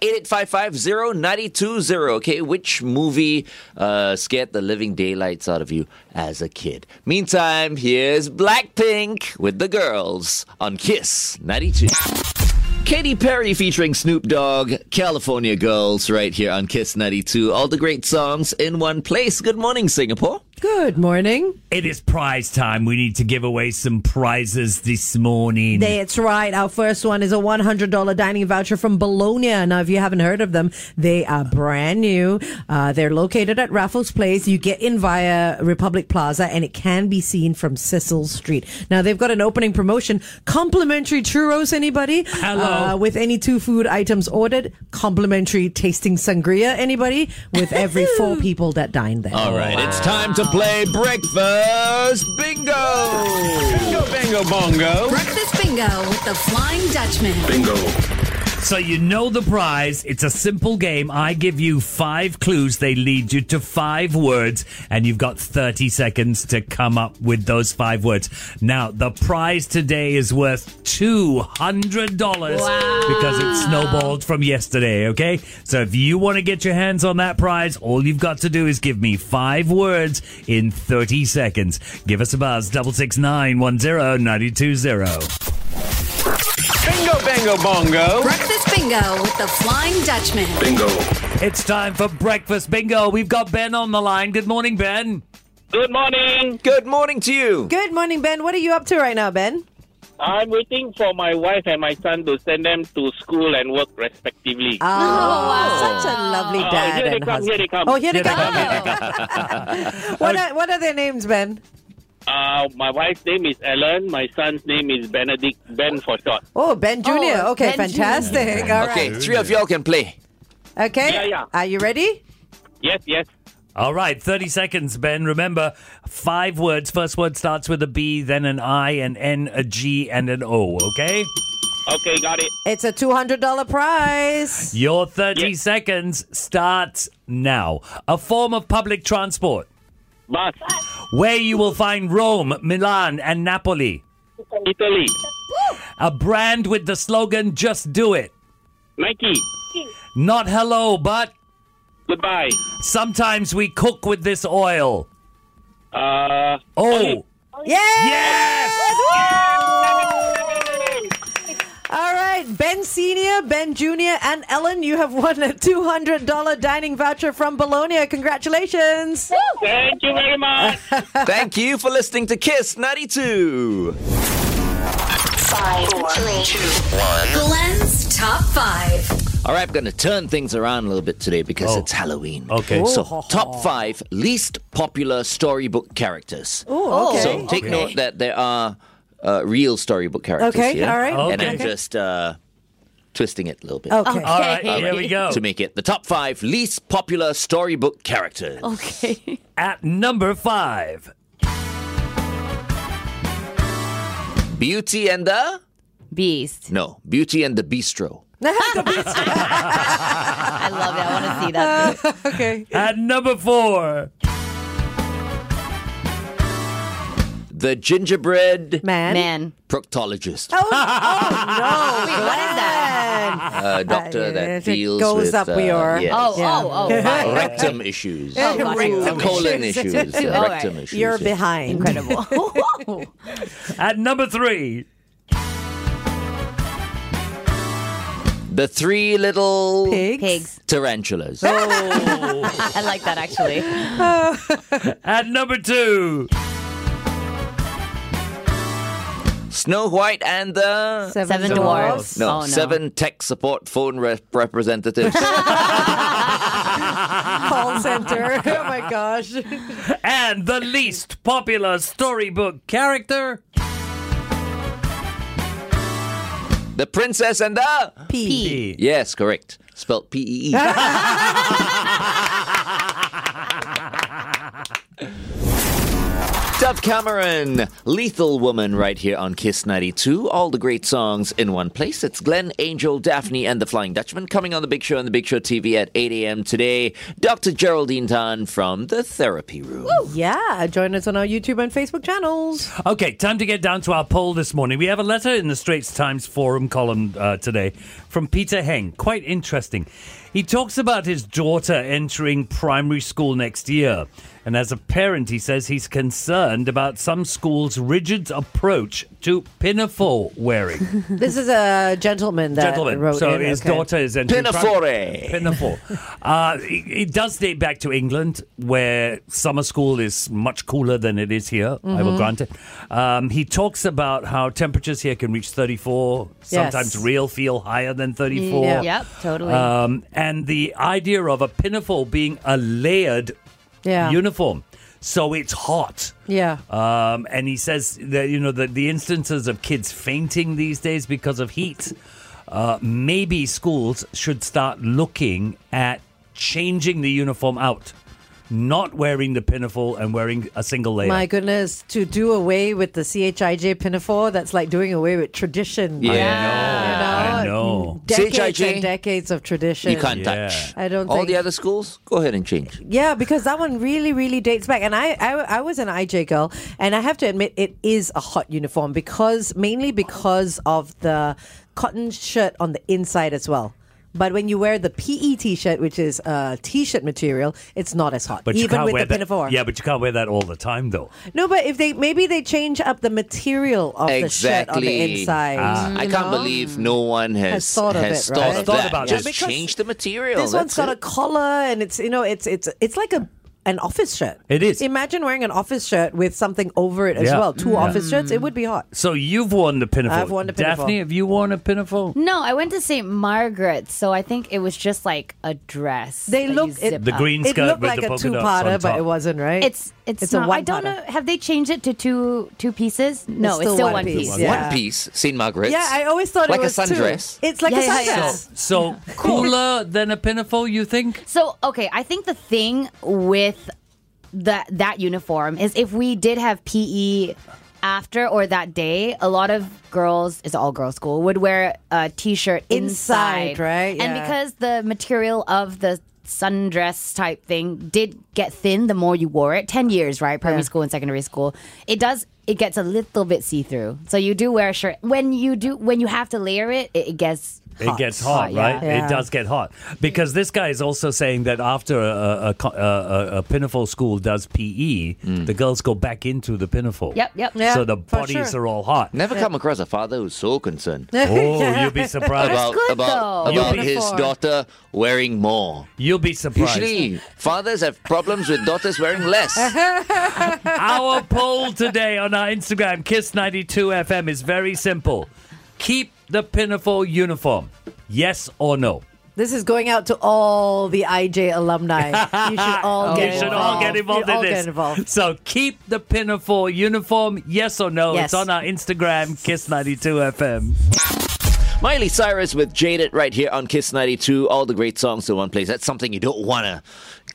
[SPEAKER 2] 88550920, okay, which movie uh, scared the living daylights out of you as a kid? Meantime, here's Blackpink with the girls on Kiss 92. Katy Perry featuring Snoop Dogg, California Girls, right here on Kiss 92. All the great songs in one place. Good morning, Singapore.
[SPEAKER 5] Good morning.
[SPEAKER 3] It is prize time. We need to give away some prizes this morning.
[SPEAKER 5] That's right. Our first one is a $100 dining voucher from Bologna. Now, if you haven't heard of them, they are brand new. Uh, they're located at Raffles Place. You get in via Republic Plaza and it can be seen from Cecil Street. Now, they've got an opening promotion. Complimentary churros, anybody?
[SPEAKER 3] Hello.
[SPEAKER 5] Uh, with any two food items ordered. Complimentary tasting sangria, anybody? With every four people that dine there.
[SPEAKER 2] All right, it's time to play Breakfast Bingo! Bingo, bingo, bongo.
[SPEAKER 1] Breakfast bingo with the Flying Dutchman.
[SPEAKER 7] Bingo.
[SPEAKER 3] So you know the prize. It's a simple game. I give you five clues. They lead you to five words, and you've got 30 seconds to come up with those five words. Now, the prize today is worth $200 because it snowballed from yesterday, okay? So if you want to get your hands on that prize, all you've got to do is give me five words in 30 seconds. Give us a buzz, 66910
[SPEAKER 7] Bingo, bango, bongo.
[SPEAKER 1] Breakfast bingo with the Flying Dutchman.
[SPEAKER 7] Bingo.
[SPEAKER 3] It's time for breakfast bingo. We've got Ben on the line. Good morning, Ben.
[SPEAKER 8] Good morning.
[SPEAKER 2] Good morning to you.
[SPEAKER 5] Good morning, Ben. What are you up to right now, Ben?
[SPEAKER 8] I'm waiting for my wife and my son to send them to school and work respectively.
[SPEAKER 5] Oh, such a lovely
[SPEAKER 8] Oh,
[SPEAKER 5] dad
[SPEAKER 8] here they
[SPEAKER 5] and
[SPEAKER 8] come,
[SPEAKER 5] husband.
[SPEAKER 8] here they come.
[SPEAKER 5] Oh, here they
[SPEAKER 3] Here they
[SPEAKER 8] [laughs]
[SPEAKER 5] come. [laughs] What are, what are their names, Ben?
[SPEAKER 8] Uh, my wife's name is Ellen. My son's name is Benedict. Ben for short.
[SPEAKER 5] Oh, Ben Jr.
[SPEAKER 6] Oh,
[SPEAKER 5] okay,
[SPEAKER 6] Ben
[SPEAKER 5] fantastic. All
[SPEAKER 2] Okay,
[SPEAKER 5] right.
[SPEAKER 2] three of y'all can
[SPEAKER 5] [laughs]
[SPEAKER 2] play.
[SPEAKER 5] Okay.
[SPEAKER 8] Yeah, yeah.
[SPEAKER 5] Are you ready?
[SPEAKER 8] Yes, yes.
[SPEAKER 3] All right, 30 seconds, Ben. Remember, five words. First word starts with a B, then an I, an N, a G, and an O, okay?
[SPEAKER 8] Okay, got it.
[SPEAKER 5] It's a $200 prize.
[SPEAKER 3] Your 30
[SPEAKER 8] Yeah.
[SPEAKER 3] seconds starts now. A form of public transport
[SPEAKER 8] Bus.
[SPEAKER 3] where you will find Rome, Milan, and Napoli.
[SPEAKER 8] Italy.
[SPEAKER 3] A brand with the slogan, just do it.
[SPEAKER 8] Nike.
[SPEAKER 3] Not hello, but
[SPEAKER 8] Goodbye.
[SPEAKER 3] sometimes we cook with this oil.
[SPEAKER 8] Uh,
[SPEAKER 3] Oh,
[SPEAKER 5] Yay!
[SPEAKER 3] yes!
[SPEAKER 5] All right, Ben Sr., Ben Jr., and Ellen, you have won a $200 dining voucher from Bologna. Congratulations.
[SPEAKER 8] thank you very much.
[SPEAKER 2] Thank you for listening to Kiss 92.
[SPEAKER 9] Five, three, two.
[SPEAKER 1] Glenn's Top 5.
[SPEAKER 2] All right, I'm going to turn things around a little bit today because
[SPEAKER 3] Oh.
[SPEAKER 2] it's Halloween.
[SPEAKER 3] Okay.
[SPEAKER 2] So,
[SPEAKER 5] Oh.
[SPEAKER 2] top five least popular storybook characters.
[SPEAKER 5] Oh, okay.
[SPEAKER 2] So, take note that there are uh, real storybook characters.
[SPEAKER 5] Okay, Oh.
[SPEAKER 2] here,
[SPEAKER 5] all right.
[SPEAKER 2] And
[SPEAKER 3] Okay.
[SPEAKER 2] I'm just uh, twisting it a little bit.
[SPEAKER 5] okay.
[SPEAKER 8] Oh.
[SPEAKER 3] All right,
[SPEAKER 6] Okay.
[SPEAKER 3] here we go.
[SPEAKER 2] To make it the top five least popular storybook characters.
[SPEAKER 6] Okay.
[SPEAKER 3] At number five,
[SPEAKER 2] Beauty and the.
[SPEAKER 6] Beast.
[SPEAKER 2] No, Beauty and the Bistro.
[SPEAKER 6] I love it. I want to see [laughs] that. bit.
[SPEAKER 5] okay.
[SPEAKER 3] at number four,
[SPEAKER 2] The gingerbread
[SPEAKER 5] Man.
[SPEAKER 6] Man.
[SPEAKER 2] proctologist,
[SPEAKER 5] Oh, oh, no.
[SPEAKER 6] [laughs] Wait, what is that?
[SPEAKER 5] Man.
[SPEAKER 2] a doctor that
[SPEAKER 5] it
[SPEAKER 2] deals
[SPEAKER 5] goes
[SPEAKER 2] with
[SPEAKER 5] up
[SPEAKER 2] uh,
[SPEAKER 5] your-
[SPEAKER 2] yes,
[SPEAKER 6] Oh,
[SPEAKER 5] Yeah.
[SPEAKER 6] oh, oh, right.
[SPEAKER 2] rectum issues,
[SPEAKER 6] Oh,
[SPEAKER 5] [laughs] Rectum
[SPEAKER 2] the
[SPEAKER 6] gotcha.
[SPEAKER 5] issues.
[SPEAKER 2] colon issues,
[SPEAKER 5] [laughs]
[SPEAKER 2] the
[SPEAKER 6] All right.
[SPEAKER 2] rectum issues.
[SPEAKER 5] You're
[SPEAKER 2] yeah.
[SPEAKER 5] behind.
[SPEAKER 6] [laughs] [laughs] Incredible.
[SPEAKER 3] At number three,
[SPEAKER 2] The three little
[SPEAKER 5] Pigs.
[SPEAKER 6] Pigs.
[SPEAKER 5] [laughs]
[SPEAKER 2] tarantulas.
[SPEAKER 6] I like that actually.
[SPEAKER 3] at number two,
[SPEAKER 2] Snow White and the
[SPEAKER 6] Seven dwarves.
[SPEAKER 2] no,
[SPEAKER 6] Oh, no.
[SPEAKER 2] seven tech support phone re-
[SPEAKER 5] [laughs]
[SPEAKER 2] representatives.
[SPEAKER 5] Call center. [laughs] Oh my gosh.
[SPEAKER 3] and the least popular storybook character.
[SPEAKER 2] the princess and the
[SPEAKER 5] P.
[SPEAKER 2] yes, correct. Spelt
[SPEAKER 5] [laughs]
[SPEAKER 2] P E E. Dove Cameron, Lethal Woman, right here on Kiss 92. All the great songs in one place. It's Glenn, Angel, Daphne, and the Flying Dutchman coming on The Big Show and The Big Show TV at 8 a.m. today. Dr. Geraldine Tan from The Therapy Room.
[SPEAKER 5] Yeah, join us on our YouTube and Facebook
[SPEAKER 3] [laughs]
[SPEAKER 5] channels.
[SPEAKER 3] Okay, time to get down to our poll this morning. We have a letter in the Straits Times Forum column uh, today from Peter Heng. Quite interesting. He talks about his daughter entering primary school next year. And as a parent, he says he's concerned about some schools' rigid approach to pinafore wearing.
[SPEAKER 5] This is a gentleman that
[SPEAKER 3] Gentlemen,
[SPEAKER 5] wrote
[SPEAKER 3] so
[SPEAKER 5] in.
[SPEAKER 3] his
[SPEAKER 5] Okay.
[SPEAKER 3] daughter is entering prim-
[SPEAKER 2] Pinafore.
[SPEAKER 3] pinafore. Uh, it, it does date back to England, where summer school is much cooler than it is here. I
[SPEAKER 5] Mm-hmm.
[SPEAKER 3] will grant it. Um, he talks about how temperatures here can reach 34, sometimes
[SPEAKER 5] Yes.
[SPEAKER 3] real feel higher than 34.
[SPEAKER 5] Yeah.
[SPEAKER 6] Yep, totally.
[SPEAKER 3] Um, and the idea of a pinafore being a layered
[SPEAKER 5] Yeah.
[SPEAKER 3] uniform. So it's hot.
[SPEAKER 5] Yeah.
[SPEAKER 3] Um, and he says that, you know, that the instances of kids fainting these days because of heat, uh, maybe schools should start looking at changing the uniform out, not wearing the pinafore and wearing a single layer.
[SPEAKER 5] My goodness, to do away with the CHIJ pinafore, that's like doing away with tradition.
[SPEAKER 2] Yeah.
[SPEAKER 3] I know.
[SPEAKER 5] Decades
[SPEAKER 2] CHIJ?
[SPEAKER 5] and decades of tradition.
[SPEAKER 2] You can't
[SPEAKER 3] Yeah.
[SPEAKER 2] touch.
[SPEAKER 5] I don't
[SPEAKER 2] All
[SPEAKER 5] think-
[SPEAKER 2] the other schools, go ahead and change.
[SPEAKER 5] Yeah, because that one really, really dates back. And I, I, I was an IJ girl, and I have to admit, it is a hot uniform because mainly because of the cotton shirt on the inside as well. But when you wear the PE T-shirt, which is a T-shirt material, it's not as hot,
[SPEAKER 3] But you
[SPEAKER 5] even
[SPEAKER 3] can't
[SPEAKER 5] with
[SPEAKER 3] wear
[SPEAKER 5] the pinafore.
[SPEAKER 3] That. Yeah, but you can't wear that all the time, though.
[SPEAKER 5] No, but if they maybe they change up the material of the shirt on the
[SPEAKER 2] Exactly. Ah.
[SPEAKER 5] inside.
[SPEAKER 2] I can't believe no one has,
[SPEAKER 5] Has thought of it,
[SPEAKER 2] thought
[SPEAKER 5] right?
[SPEAKER 2] of
[SPEAKER 3] Mm. Thought
[SPEAKER 2] that.
[SPEAKER 3] about it.
[SPEAKER 2] Just
[SPEAKER 5] Yeah, because
[SPEAKER 2] change the material.
[SPEAKER 5] This one's
[SPEAKER 2] That's
[SPEAKER 5] got
[SPEAKER 2] it.
[SPEAKER 5] a collar, and it's you know, it's it's it's like a an office shirt.
[SPEAKER 3] It is.
[SPEAKER 5] Imagine wearing an office shirt with something over it as
[SPEAKER 3] Yeah.
[SPEAKER 5] well. Two
[SPEAKER 3] Yeah.
[SPEAKER 6] Mm.
[SPEAKER 5] office shirts, it would be hot.
[SPEAKER 3] So you've worn the pinafore.
[SPEAKER 5] I've worn the
[SPEAKER 3] Daphne,
[SPEAKER 5] pinafore.
[SPEAKER 3] have you worn a pinafore?
[SPEAKER 6] no, I went to St. Margaret's, so I think it was just like a dress.
[SPEAKER 5] They
[SPEAKER 6] that
[SPEAKER 5] look-
[SPEAKER 6] you
[SPEAKER 5] it-
[SPEAKER 6] zip
[SPEAKER 3] The
[SPEAKER 6] up.
[SPEAKER 3] green
[SPEAKER 5] It
[SPEAKER 3] skirt
[SPEAKER 5] looked
[SPEAKER 3] with
[SPEAKER 5] like
[SPEAKER 3] the
[SPEAKER 5] a
[SPEAKER 3] polka
[SPEAKER 5] two
[SPEAKER 3] dots
[SPEAKER 5] parter,
[SPEAKER 3] on
[SPEAKER 5] but
[SPEAKER 3] top.
[SPEAKER 5] it wasn't right.
[SPEAKER 6] It's it's,
[SPEAKER 5] It's a
[SPEAKER 6] not. I don't
[SPEAKER 5] one-parter.
[SPEAKER 6] know. Have they changed it to two two pieces? No, it's still, one, piece.
[SPEAKER 5] yeah.
[SPEAKER 2] One piece, St. Margaret's.
[SPEAKER 5] Yeah, I always thought
[SPEAKER 2] like
[SPEAKER 5] it was
[SPEAKER 2] a
[SPEAKER 5] two.
[SPEAKER 2] sundress.
[SPEAKER 5] It's like
[SPEAKER 6] Yeah,
[SPEAKER 5] a
[SPEAKER 6] yeah,
[SPEAKER 5] sundress.
[SPEAKER 6] yeah.
[SPEAKER 3] So
[SPEAKER 5] [laughs]
[SPEAKER 3] cooler than a pinafore, you think?
[SPEAKER 6] So okay, I think the thing with that that uniform is if we did have PE after or that day, a lot of girls, it's all girls school, would wear a t-shirt inside,
[SPEAKER 5] Inside, right?
[SPEAKER 6] And
[SPEAKER 5] Yeah.
[SPEAKER 6] because the material of the sundress type thing did get thin the more you wore it 10 years right primary school and secondary school it does it gets a little bit see-through so you do wear a shirt when you do when you have to layer it it, it gets
[SPEAKER 3] It gets hot,
[SPEAKER 6] Hot, yeah.
[SPEAKER 3] right?
[SPEAKER 5] Yeah.
[SPEAKER 3] It does get hot because this guy is also saying that after a, a, a, a, a pinafore school does PE, the girls go back into the pinafore.
[SPEAKER 6] Yep, yep.
[SPEAKER 5] Yeah,
[SPEAKER 3] so the
[SPEAKER 5] for
[SPEAKER 3] bodies
[SPEAKER 5] sure.
[SPEAKER 3] are all
[SPEAKER 5] [laughs]
[SPEAKER 3] hot.
[SPEAKER 2] Never come across a father who's so concerned
[SPEAKER 3] Oh, you'll be surprised.
[SPEAKER 2] about
[SPEAKER 6] good,
[SPEAKER 2] about,
[SPEAKER 6] though.
[SPEAKER 2] about
[SPEAKER 3] You'll
[SPEAKER 2] his daughter wearing more.
[SPEAKER 3] you'll be surprised.
[SPEAKER 2] Usually, fathers have problems with daughters wearing less.
[SPEAKER 5] Uh-huh.
[SPEAKER 3] Our poll today on our Instagram, Kiss92FM, is very simple. Keep the pinafore uniform. Yes or no?
[SPEAKER 5] This is going out to all the IJ
[SPEAKER 3] [laughs]
[SPEAKER 5] alumni. You should
[SPEAKER 6] Oh,
[SPEAKER 5] all get
[SPEAKER 3] You should all get involved
[SPEAKER 5] You
[SPEAKER 3] in
[SPEAKER 5] all
[SPEAKER 3] this.
[SPEAKER 5] get involved.
[SPEAKER 3] So keep the pinafore uniform, yes or no? It's
[SPEAKER 6] Yes.
[SPEAKER 3] on our Instagram, Kiss92FM.
[SPEAKER 2] Miley Cyrus with Jaded right here on Kiss 92. All the great songs in one place. That's something you don't want to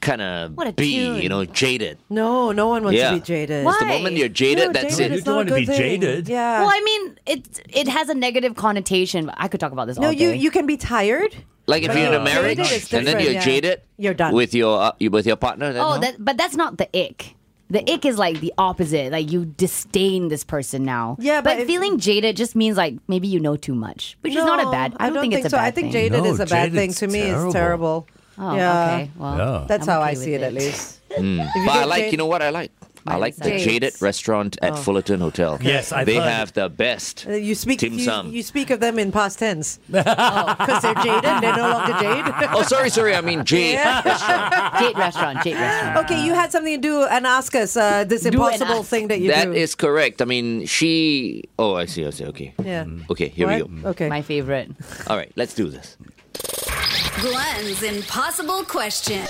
[SPEAKER 2] kind of
[SPEAKER 6] What a
[SPEAKER 2] be,
[SPEAKER 6] tune.
[SPEAKER 2] you know, jaded.
[SPEAKER 5] No, no one wants
[SPEAKER 2] Yeah.
[SPEAKER 5] to be jaded.
[SPEAKER 6] Why?
[SPEAKER 2] The moment you're jaded,
[SPEAKER 5] No,
[SPEAKER 2] that's
[SPEAKER 5] jaded
[SPEAKER 2] it.
[SPEAKER 5] is
[SPEAKER 3] You don't
[SPEAKER 5] not a
[SPEAKER 3] wanna be
[SPEAKER 5] good thing.
[SPEAKER 3] jaded.
[SPEAKER 5] Yeah.
[SPEAKER 6] Well, I mean, it it has a negative connotation. but I could talk about this
[SPEAKER 5] no,
[SPEAKER 6] all
[SPEAKER 5] you
[SPEAKER 6] day.
[SPEAKER 5] you can be tired.
[SPEAKER 2] Like if you're in a
[SPEAKER 3] Yeah.
[SPEAKER 2] marriage
[SPEAKER 5] Jaded is
[SPEAKER 2] and then
[SPEAKER 5] different,
[SPEAKER 2] you're
[SPEAKER 5] yeah.
[SPEAKER 2] jaded
[SPEAKER 5] You're done.
[SPEAKER 2] with your uh, with your partner. Then
[SPEAKER 6] oh,
[SPEAKER 2] no?
[SPEAKER 6] that, but that's not the ick. The ick is like the opposite. Like you disdain this person now.
[SPEAKER 5] Yeah, but
[SPEAKER 6] but,
[SPEAKER 5] if-
[SPEAKER 6] feeling jaded just means like maybe you know too much, which is not a
[SPEAKER 5] No,
[SPEAKER 6] bad. I don't, think, it's a
[SPEAKER 5] so.
[SPEAKER 6] bad
[SPEAKER 5] I think
[SPEAKER 6] thing.
[SPEAKER 5] jaded
[SPEAKER 3] No,
[SPEAKER 5] is a bad
[SPEAKER 3] jaded
[SPEAKER 5] thing.
[SPEAKER 3] is
[SPEAKER 5] To me,
[SPEAKER 3] terrible.
[SPEAKER 5] it's terrible.
[SPEAKER 6] Oh,
[SPEAKER 5] yeah.
[SPEAKER 6] okay. Well,
[SPEAKER 3] Yeah.
[SPEAKER 5] That's
[SPEAKER 6] I'm
[SPEAKER 5] how
[SPEAKER 6] okay
[SPEAKER 5] I
[SPEAKER 6] with
[SPEAKER 5] see it, at
[SPEAKER 6] it.
[SPEAKER 5] least.
[SPEAKER 2] Hmm. But I
[SPEAKER 5] don't
[SPEAKER 2] like,
[SPEAKER 5] date-
[SPEAKER 2] you know what I like? I like the
[SPEAKER 6] Dates.
[SPEAKER 2] Jaded restaurant
[SPEAKER 6] Oh.
[SPEAKER 2] at Fullerton Hotel.
[SPEAKER 3] Yes, I've
[SPEAKER 2] They
[SPEAKER 3] heard.
[SPEAKER 2] have the best.
[SPEAKER 5] Uh, You speak
[SPEAKER 2] Dim
[SPEAKER 5] you,
[SPEAKER 2] sum.
[SPEAKER 5] you speak of them in past
[SPEAKER 2] [laughs]
[SPEAKER 5] tense
[SPEAKER 6] Oh.
[SPEAKER 5] because they're jaded. They're no longer jade.
[SPEAKER 2] Oh, sorry, sorry. I mean Jade.
[SPEAKER 6] Jade restaurant, Jade restaurant.
[SPEAKER 5] [laughs] okay, you had something to do and ask us uh, this
[SPEAKER 6] and
[SPEAKER 5] impossible
[SPEAKER 6] ask.
[SPEAKER 5] thing that you
[SPEAKER 2] That
[SPEAKER 5] do.
[SPEAKER 2] is correct. I mean, she. Oh, I see. I see. Okay.
[SPEAKER 5] Yeah.
[SPEAKER 2] Okay. Mm. Here
[SPEAKER 5] What?
[SPEAKER 2] we go.
[SPEAKER 5] Okay.
[SPEAKER 6] My favorite.
[SPEAKER 2] All right. Let's do this.
[SPEAKER 1] Glenn's impossible question.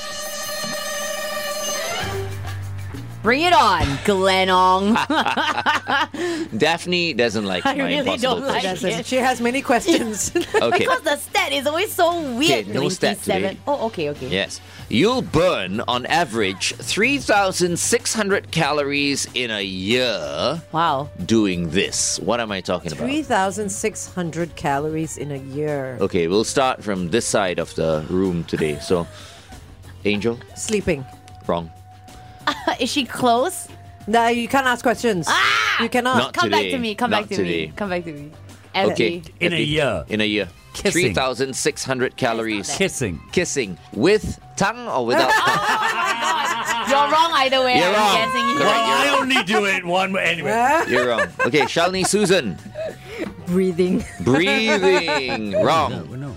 [SPEAKER 6] Bring it on, Glenong.
[SPEAKER 2] Daphne doesn't like
[SPEAKER 6] [laughs] I
[SPEAKER 2] my
[SPEAKER 6] really
[SPEAKER 2] impossible
[SPEAKER 6] don't like
[SPEAKER 2] questions.
[SPEAKER 5] Listen, she has many
[SPEAKER 6] [laughs]
[SPEAKER 5] questions. [laughs]
[SPEAKER 2] Okay.
[SPEAKER 6] because the stat is always so weird.
[SPEAKER 2] Okay, no stat today.
[SPEAKER 6] 27. Oh, okay, okay.
[SPEAKER 2] Yes. You'll burn on average 3,600 calories in a year
[SPEAKER 6] Wow.
[SPEAKER 2] doing this. What am I talking about?
[SPEAKER 5] 3,600 calories in a year.
[SPEAKER 2] Okay, we'll start from this side of the room today. So, Angel,
[SPEAKER 5] Sleeping.
[SPEAKER 2] wrong.
[SPEAKER 6] Is she close?
[SPEAKER 5] No, you can't ask questions. You cannot.
[SPEAKER 2] Not
[SPEAKER 6] Ah! Come
[SPEAKER 2] today.
[SPEAKER 6] back to me. Come
[SPEAKER 2] Not
[SPEAKER 6] back to
[SPEAKER 2] today.
[SPEAKER 6] me. Come back to me.
[SPEAKER 2] Okay.
[SPEAKER 6] Effie.
[SPEAKER 3] In a
[SPEAKER 2] Effie,
[SPEAKER 3] year.
[SPEAKER 2] In a year.
[SPEAKER 3] Kissing.
[SPEAKER 2] 3,600 calories.
[SPEAKER 3] Kissing.
[SPEAKER 2] Kissing. With tongue or
[SPEAKER 6] [laughs]
[SPEAKER 2] without
[SPEAKER 6] Oh,
[SPEAKER 2] tongue?
[SPEAKER 6] You're wrong either way.
[SPEAKER 2] You're
[SPEAKER 6] I'm
[SPEAKER 2] wrong.
[SPEAKER 6] guessing you-
[SPEAKER 2] Correct.
[SPEAKER 3] I only do it one way. Anyway.
[SPEAKER 2] You're wrong. Okay, Shalini Susan.
[SPEAKER 4] Breathing.
[SPEAKER 6] [laughs]
[SPEAKER 2] Breathing. wrong.
[SPEAKER 3] Oh, no.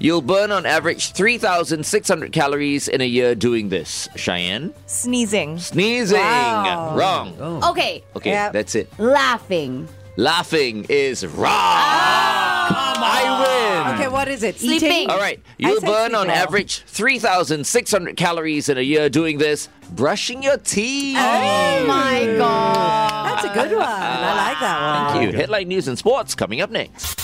[SPEAKER 2] You'll burn on average 3,600 calories in a year doing this. Cheyenne?
[SPEAKER 10] Sneezing.
[SPEAKER 2] Sneezing. Wrong.
[SPEAKER 3] Oh.
[SPEAKER 6] Oh. Okay.
[SPEAKER 2] Okay,
[SPEAKER 5] Yeah.
[SPEAKER 2] that's it.
[SPEAKER 6] Laughing.
[SPEAKER 2] Laughing is wrong.
[SPEAKER 6] Oh.
[SPEAKER 2] I win.
[SPEAKER 5] Okay, what is it?
[SPEAKER 6] Sleeping.
[SPEAKER 5] Eating?
[SPEAKER 2] All right.
[SPEAKER 5] I
[SPEAKER 2] You'll
[SPEAKER 5] said
[SPEAKER 2] burn on
[SPEAKER 5] seagull.
[SPEAKER 2] average 3,600 calories in a year doing this, brushing your teeth.
[SPEAKER 6] Oh my god.
[SPEAKER 5] That's a good one. I like that one.
[SPEAKER 2] Thank you. Headline news and sports coming up next.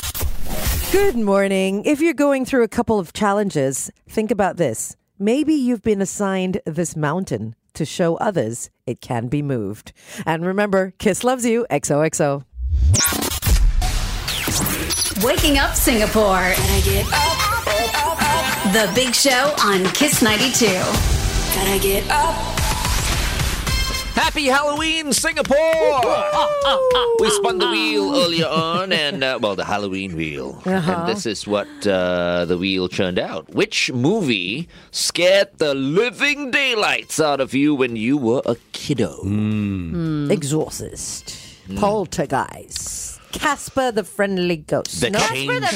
[SPEAKER 5] Good morning. If you're going through a couple of challenges, think about this. Maybe you've been assigned this mountain to show others it can be moved. And remember, Kiss loves you. XOXO.
[SPEAKER 1] Waking up Singapore. And I get The Big Show on Kiss 92. Gotta get up.
[SPEAKER 2] Happy Halloween,
[SPEAKER 6] [laughs]
[SPEAKER 2] Singapore! we spun the wheel earlier on, and uh, well, the Halloween wheel.
[SPEAKER 6] Uh-huh.
[SPEAKER 2] And this is what uh, the wheel churned out. Which movie scared the living daylights out of you when you were a kiddo?
[SPEAKER 6] Mm.
[SPEAKER 2] Mm.
[SPEAKER 5] Exorcist. Poltergeist. Casper the Friendly Ghost.
[SPEAKER 2] The
[SPEAKER 5] No?
[SPEAKER 6] For
[SPEAKER 2] Changeling.
[SPEAKER 6] the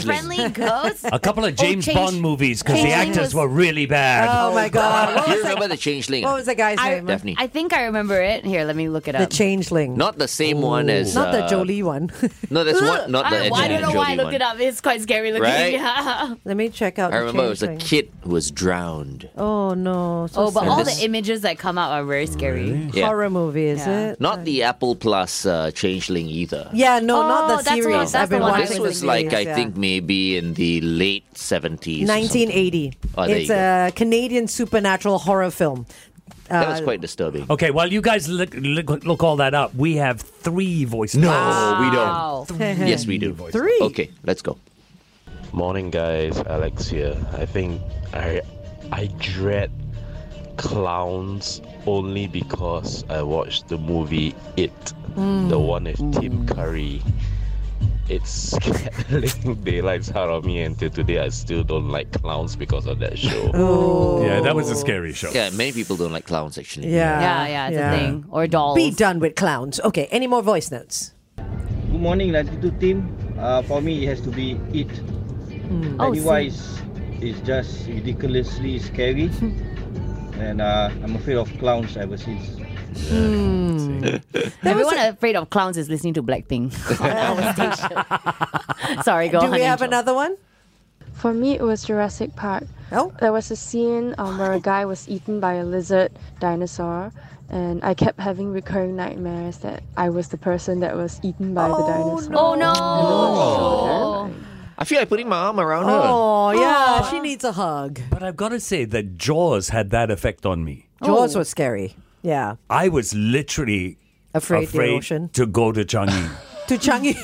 [SPEAKER 2] [laughs]
[SPEAKER 6] friendly ghost?
[SPEAKER 3] A couple of James
[SPEAKER 6] change-
[SPEAKER 3] Bond movies because the
[SPEAKER 6] Changeling
[SPEAKER 3] actors
[SPEAKER 6] was-
[SPEAKER 3] were really bad.
[SPEAKER 5] Oh my God. What
[SPEAKER 2] you
[SPEAKER 5] was, that,
[SPEAKER 2] remember the Changeling?
[SPEAKER 5] what was that guy's name?
[SPEAKER 2] Daphne.
[SPEAKER 6] I think I remember it. Here, let me look it
[SPEAKER 5] The
[SPEAKER 6] up.
[SPEAKER 5] Changeling.
[SPEAKER 2] Not the same one as
[SPEAKER 5] Not the
[SPEAKER 2] uh,
[SPEAKER 5] Jolie one. [laughs]
[SPEAKER 2] No, that's one. Not the
[SPEAKER 6] I, well, I don't
[SPEAKER 2] Angelina
[SPEAKER 6] know why I
[SPEAKER 2] Jolie
[SPEAKER 6] looked
[SPEAKER 2] one.
[SPEAKER 6] it up. It's quite scary looking.
[SPEAKER 2] Right?
[SPEAKER 6] Yeah.
[SPEAKER 5] Let me check out
[SPEAKER 2] I
[SPEAKER 5] the
[SPEAKER 2] remember it was a
[SPEAKER 5] Changeling.
[SPEAKER 2] kid who was drowned.
[SPEAKER 5] Oh no. So
[SPEAKER 6] Oh, but
[SPEAKER 5] sad.
[SPEAKER 6] all
[SPEAKER 2] this-
[SPEAKER 6] the images that come out are very scary.
[SPEAKER 2] Yeah.
[SPEAKER 5] horror movie, is
[SPEAKER 6] Yeah.
[SPEAKER 5] it?
[SPEAKER 2] Not the Apple Plus uh, Changeling either.
[SPEAKER 5] Yeah, no, not
[SPEAKER 6] Oh,
[SPEAKER 5] the
[SPEAKER 6] that's the
[SPEAKER 5] series.
[SPEAKER 6] one- that's
[SPEAKER 5] I've
[SPEAKER 6] the
[SPEAKER 5] been
[SPEAKER 6] one I
[SPEAKER 5] watching.
[SPEAKER 2] This
[SPEAKER 6] was
[SPEAKER 5] the
[SPEAKER 2] was
[SPEAKER 6] thinking,
[SPEAKER 2] like
[SPEAKER 5] series,
[SPEAKER 2] I
[SPEAKER 5] yeah.
[SPEAKER 2] think maybe in the late seventies.
[SPEAKER 5] 1980.
[SPEAKER 2] Oh, there
[SPEAKER 5] it's
[SPEAKER 2] you go.
[SPEAKER 5] a Canadian supernatural horror film.
[SPEAKER 2] That was quite disturbing.
[SPEAKER 3] Okay, while you guys look, look, look all that up, we have three voices.
[SPEAKER 2] No, we
[SPEAKER 6] Wow.
[SPEAKER 2] don't. Yes, we do.
[SPEAKER 5] Three.
[SPEAKER 2] Okay, let's go.
[SPEAKER 11] Morning, guys. Alex here. I think I I dread clowns only because I watched the movie It,
[SPEAKER 9] Hmm.
[SPEAKER 11] the one with Tim Curry. It scared [laughs] the living daylights out of me until today. I still don't like clowns because of that show.
[SPEAKER 3] Yeah, that was a scary show.
[SPEAKER 2] Yeah, many people don't like clowns actually.
[SPEAKER 5] Yeah.
[SPEAKER 6] Yeah, yeah, it's
[SPEAKER 5] Yeah.
[SPEAKER 6] a thing. Or dolls.
[SPEAKER 5] Be done with clowns. Okay, any more voice notes?
[SPEAKER 8] Good morning, Latitude team. Uh, for me, it has to be it.
[SPEAKER 6] Oh, see.
[SPEAKER 8] Pennywise is just ridiculously scary, and uh, I'm afraid of clowns ever since.
[SPEAKER 6] everyone afraid of clowns is listening to [laughs] Blackpink on our station. Sorry, go
[SPEAKER 5] Do
[SPEAKER 6] on.
[SPEAKER 5] we have
[SPEAKER 6] Angel.
[SPEAKER 5] another one?
[SPEAKER 10] For me, it was Jurassic Park.
[SPEAKER 5] Oh.
[SPEAKER 10] There was a scene um, where a guy was eaten by a lizard dinosaur, and I kept having recurring nightmares that I was the person that was eaten by the dinosaur.
[SPEAKER 6] Oh no!
[SPEAKER 2] I feel like putting my arm around
[SPEAKER 5] Oh, yeah, she needs a hug.
[SPEAKER 3] But I've got to say that Jaws had that effect on me.
[SPEAKER 5] Jaws was scary. Yeah.
[SPEAKER 3] I was literally
[SPEAKER 5] Afraid, the
[SPEAKER 3] afraid
[SPEAKER 5] ocean.
[SPEAKER 3] to go to Changi.
[SPEAKER 5] To [laughs] Changi.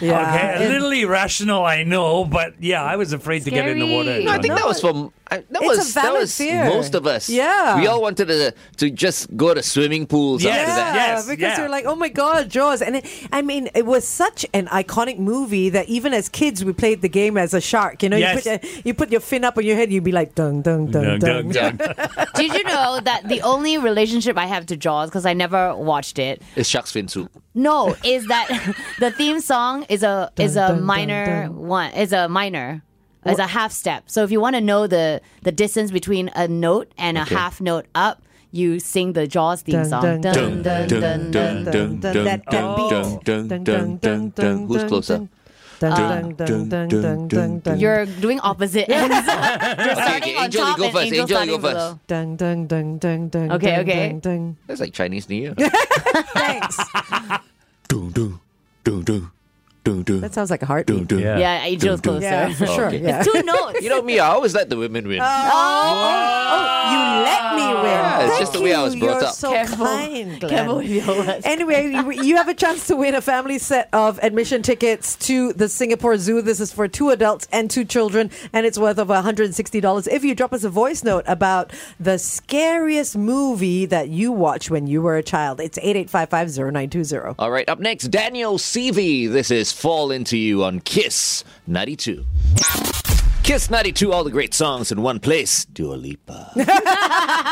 [SPEAKER 5] yeah.
[SPEAKER 3] Okay, a little irrational, I know, but yeah, I was afraid to get in the water.
[SPEAKER 6] Scary.
[SPEAKER 3] at
[SPEAKER 2] her. I think
[SPEAKER 3] Changi.
[SPEAKER 2] that was for I, that
[SPEAKER 5] It's a
[SPEAKER 2] was that
[SPEAKER 5] valid
[SPEAKER 2] was
[SPEAKER 5] fear.
[SPEAKER 2] most of us.
[SPEAKER 5] Yeah.
[SPEAKER 2] we all wanted to to just go to swimming pools after that.
[SPEAKER 5] because you're like, oh my god, Jaws, and it, I mean, it was such an iconic movie that even as kids, we played the game as a shark. You know,
[SPEAKER 6] Yes.
[SPEAKER 5] you put your, you put your fin up on your head, you'd be like, dung dung dung dung.
[SPEAKER 6] Did you know that the only relationship I have to Jaws, because I never watched it,
[SPEAKER 2] It's shark's fin soup.
[SPEAKER 6] no, is that [laughs] the theme song is a is a
[SPEAKER 2] Dun, dun,
[SPEAKER 6] minor one is a minor. Is a half step. So if you want to know the the distance between a note and a
[SPEAKER 2] Okay.
[SPEAKER 6] half note up, you sing the Jaws theme
[SPEAKER 2] Dun,
[SPEAKER 6] song.
[SPEAKER 2] dun,
[SPEAKER 6] Dun, dun, dun, dun, dun, dun.
[SPEAKER 2] That beat. Who's closer?
[SPEAKER 6] Dun, You're doing opposite ends. You're starting on
[SPEAKER 2] Angel, you
[SPEAKER 6] top
[SPEAKER 2] go
[SPEAKER 6] and
[SPEAKER 2] first. Angel,
[SPEAKER 6] Angel
[SPEAKER 2] you
[SPEAKER 6] starting
[SPEAKER 2] go first.
[SPEAKER 6] below.
[SPEAKER 5] Dung dung dung dung dung.
[SPEAKER 6] Okay,
[SPEAKER 5] dung,
[SPEAKER 6] okay.
[SPEAKER 5] dung,
[SPEAKER 6] [laughs]
[SPEAKER 5] dung.
[SPEAKER 2] That's like Chinese New Year.
[SPEAKER 5] That sounds like a heartbeat.
[SPEAKER 2] Yeah.
[SPEAKER 6] Yeah, Angel's
[SPEAKER 2] Dun, dun.
[SPEAKER 6] closer.
[SPEAKER 5] Yeah,
[SPEAKER 6] [laughs]
[SPEAKER 5] for sure.
[SPEAKER 2] Okay.
[SPEAKER 5] Yeah.
[SPEAKER 6] Two notes.
[SPEAKER 2] [laughs] You know me, I always let the women win.
[SPEAKER 5] Oh, oh, you let me win.
[SPEAKER 2] Yeah, it's
[SPEAKER 5] Thank
[SPEAKER 2] just the way I was
[SPEAKER 5] you.
[SPEAKER 2] brought
[SPEAKER 5] You're
[SPEAKER 2] up.
[SPEAKER 5] so
[SPEAKER 6] Careful.
[SPEAKER 5] kind, Glenn.
[SPEAKER 6] Careful with your words.
[SPEAKER 5] Anyway, you, you have a chance to win a family set of admission tickets to the Singapore Zoo. This is for two adults and two children, and it's worth of $160 if you drop us a voice note about the scariest movie that you watched when you were a child. It's 88550920.
[SPEAKER 2] All right, up next, Daniel CV. This is Fall Into You on Kiss 92. Kiss 92, all the great songs in one place. Dua Lipa.
[SPEAKER 5] [laughs]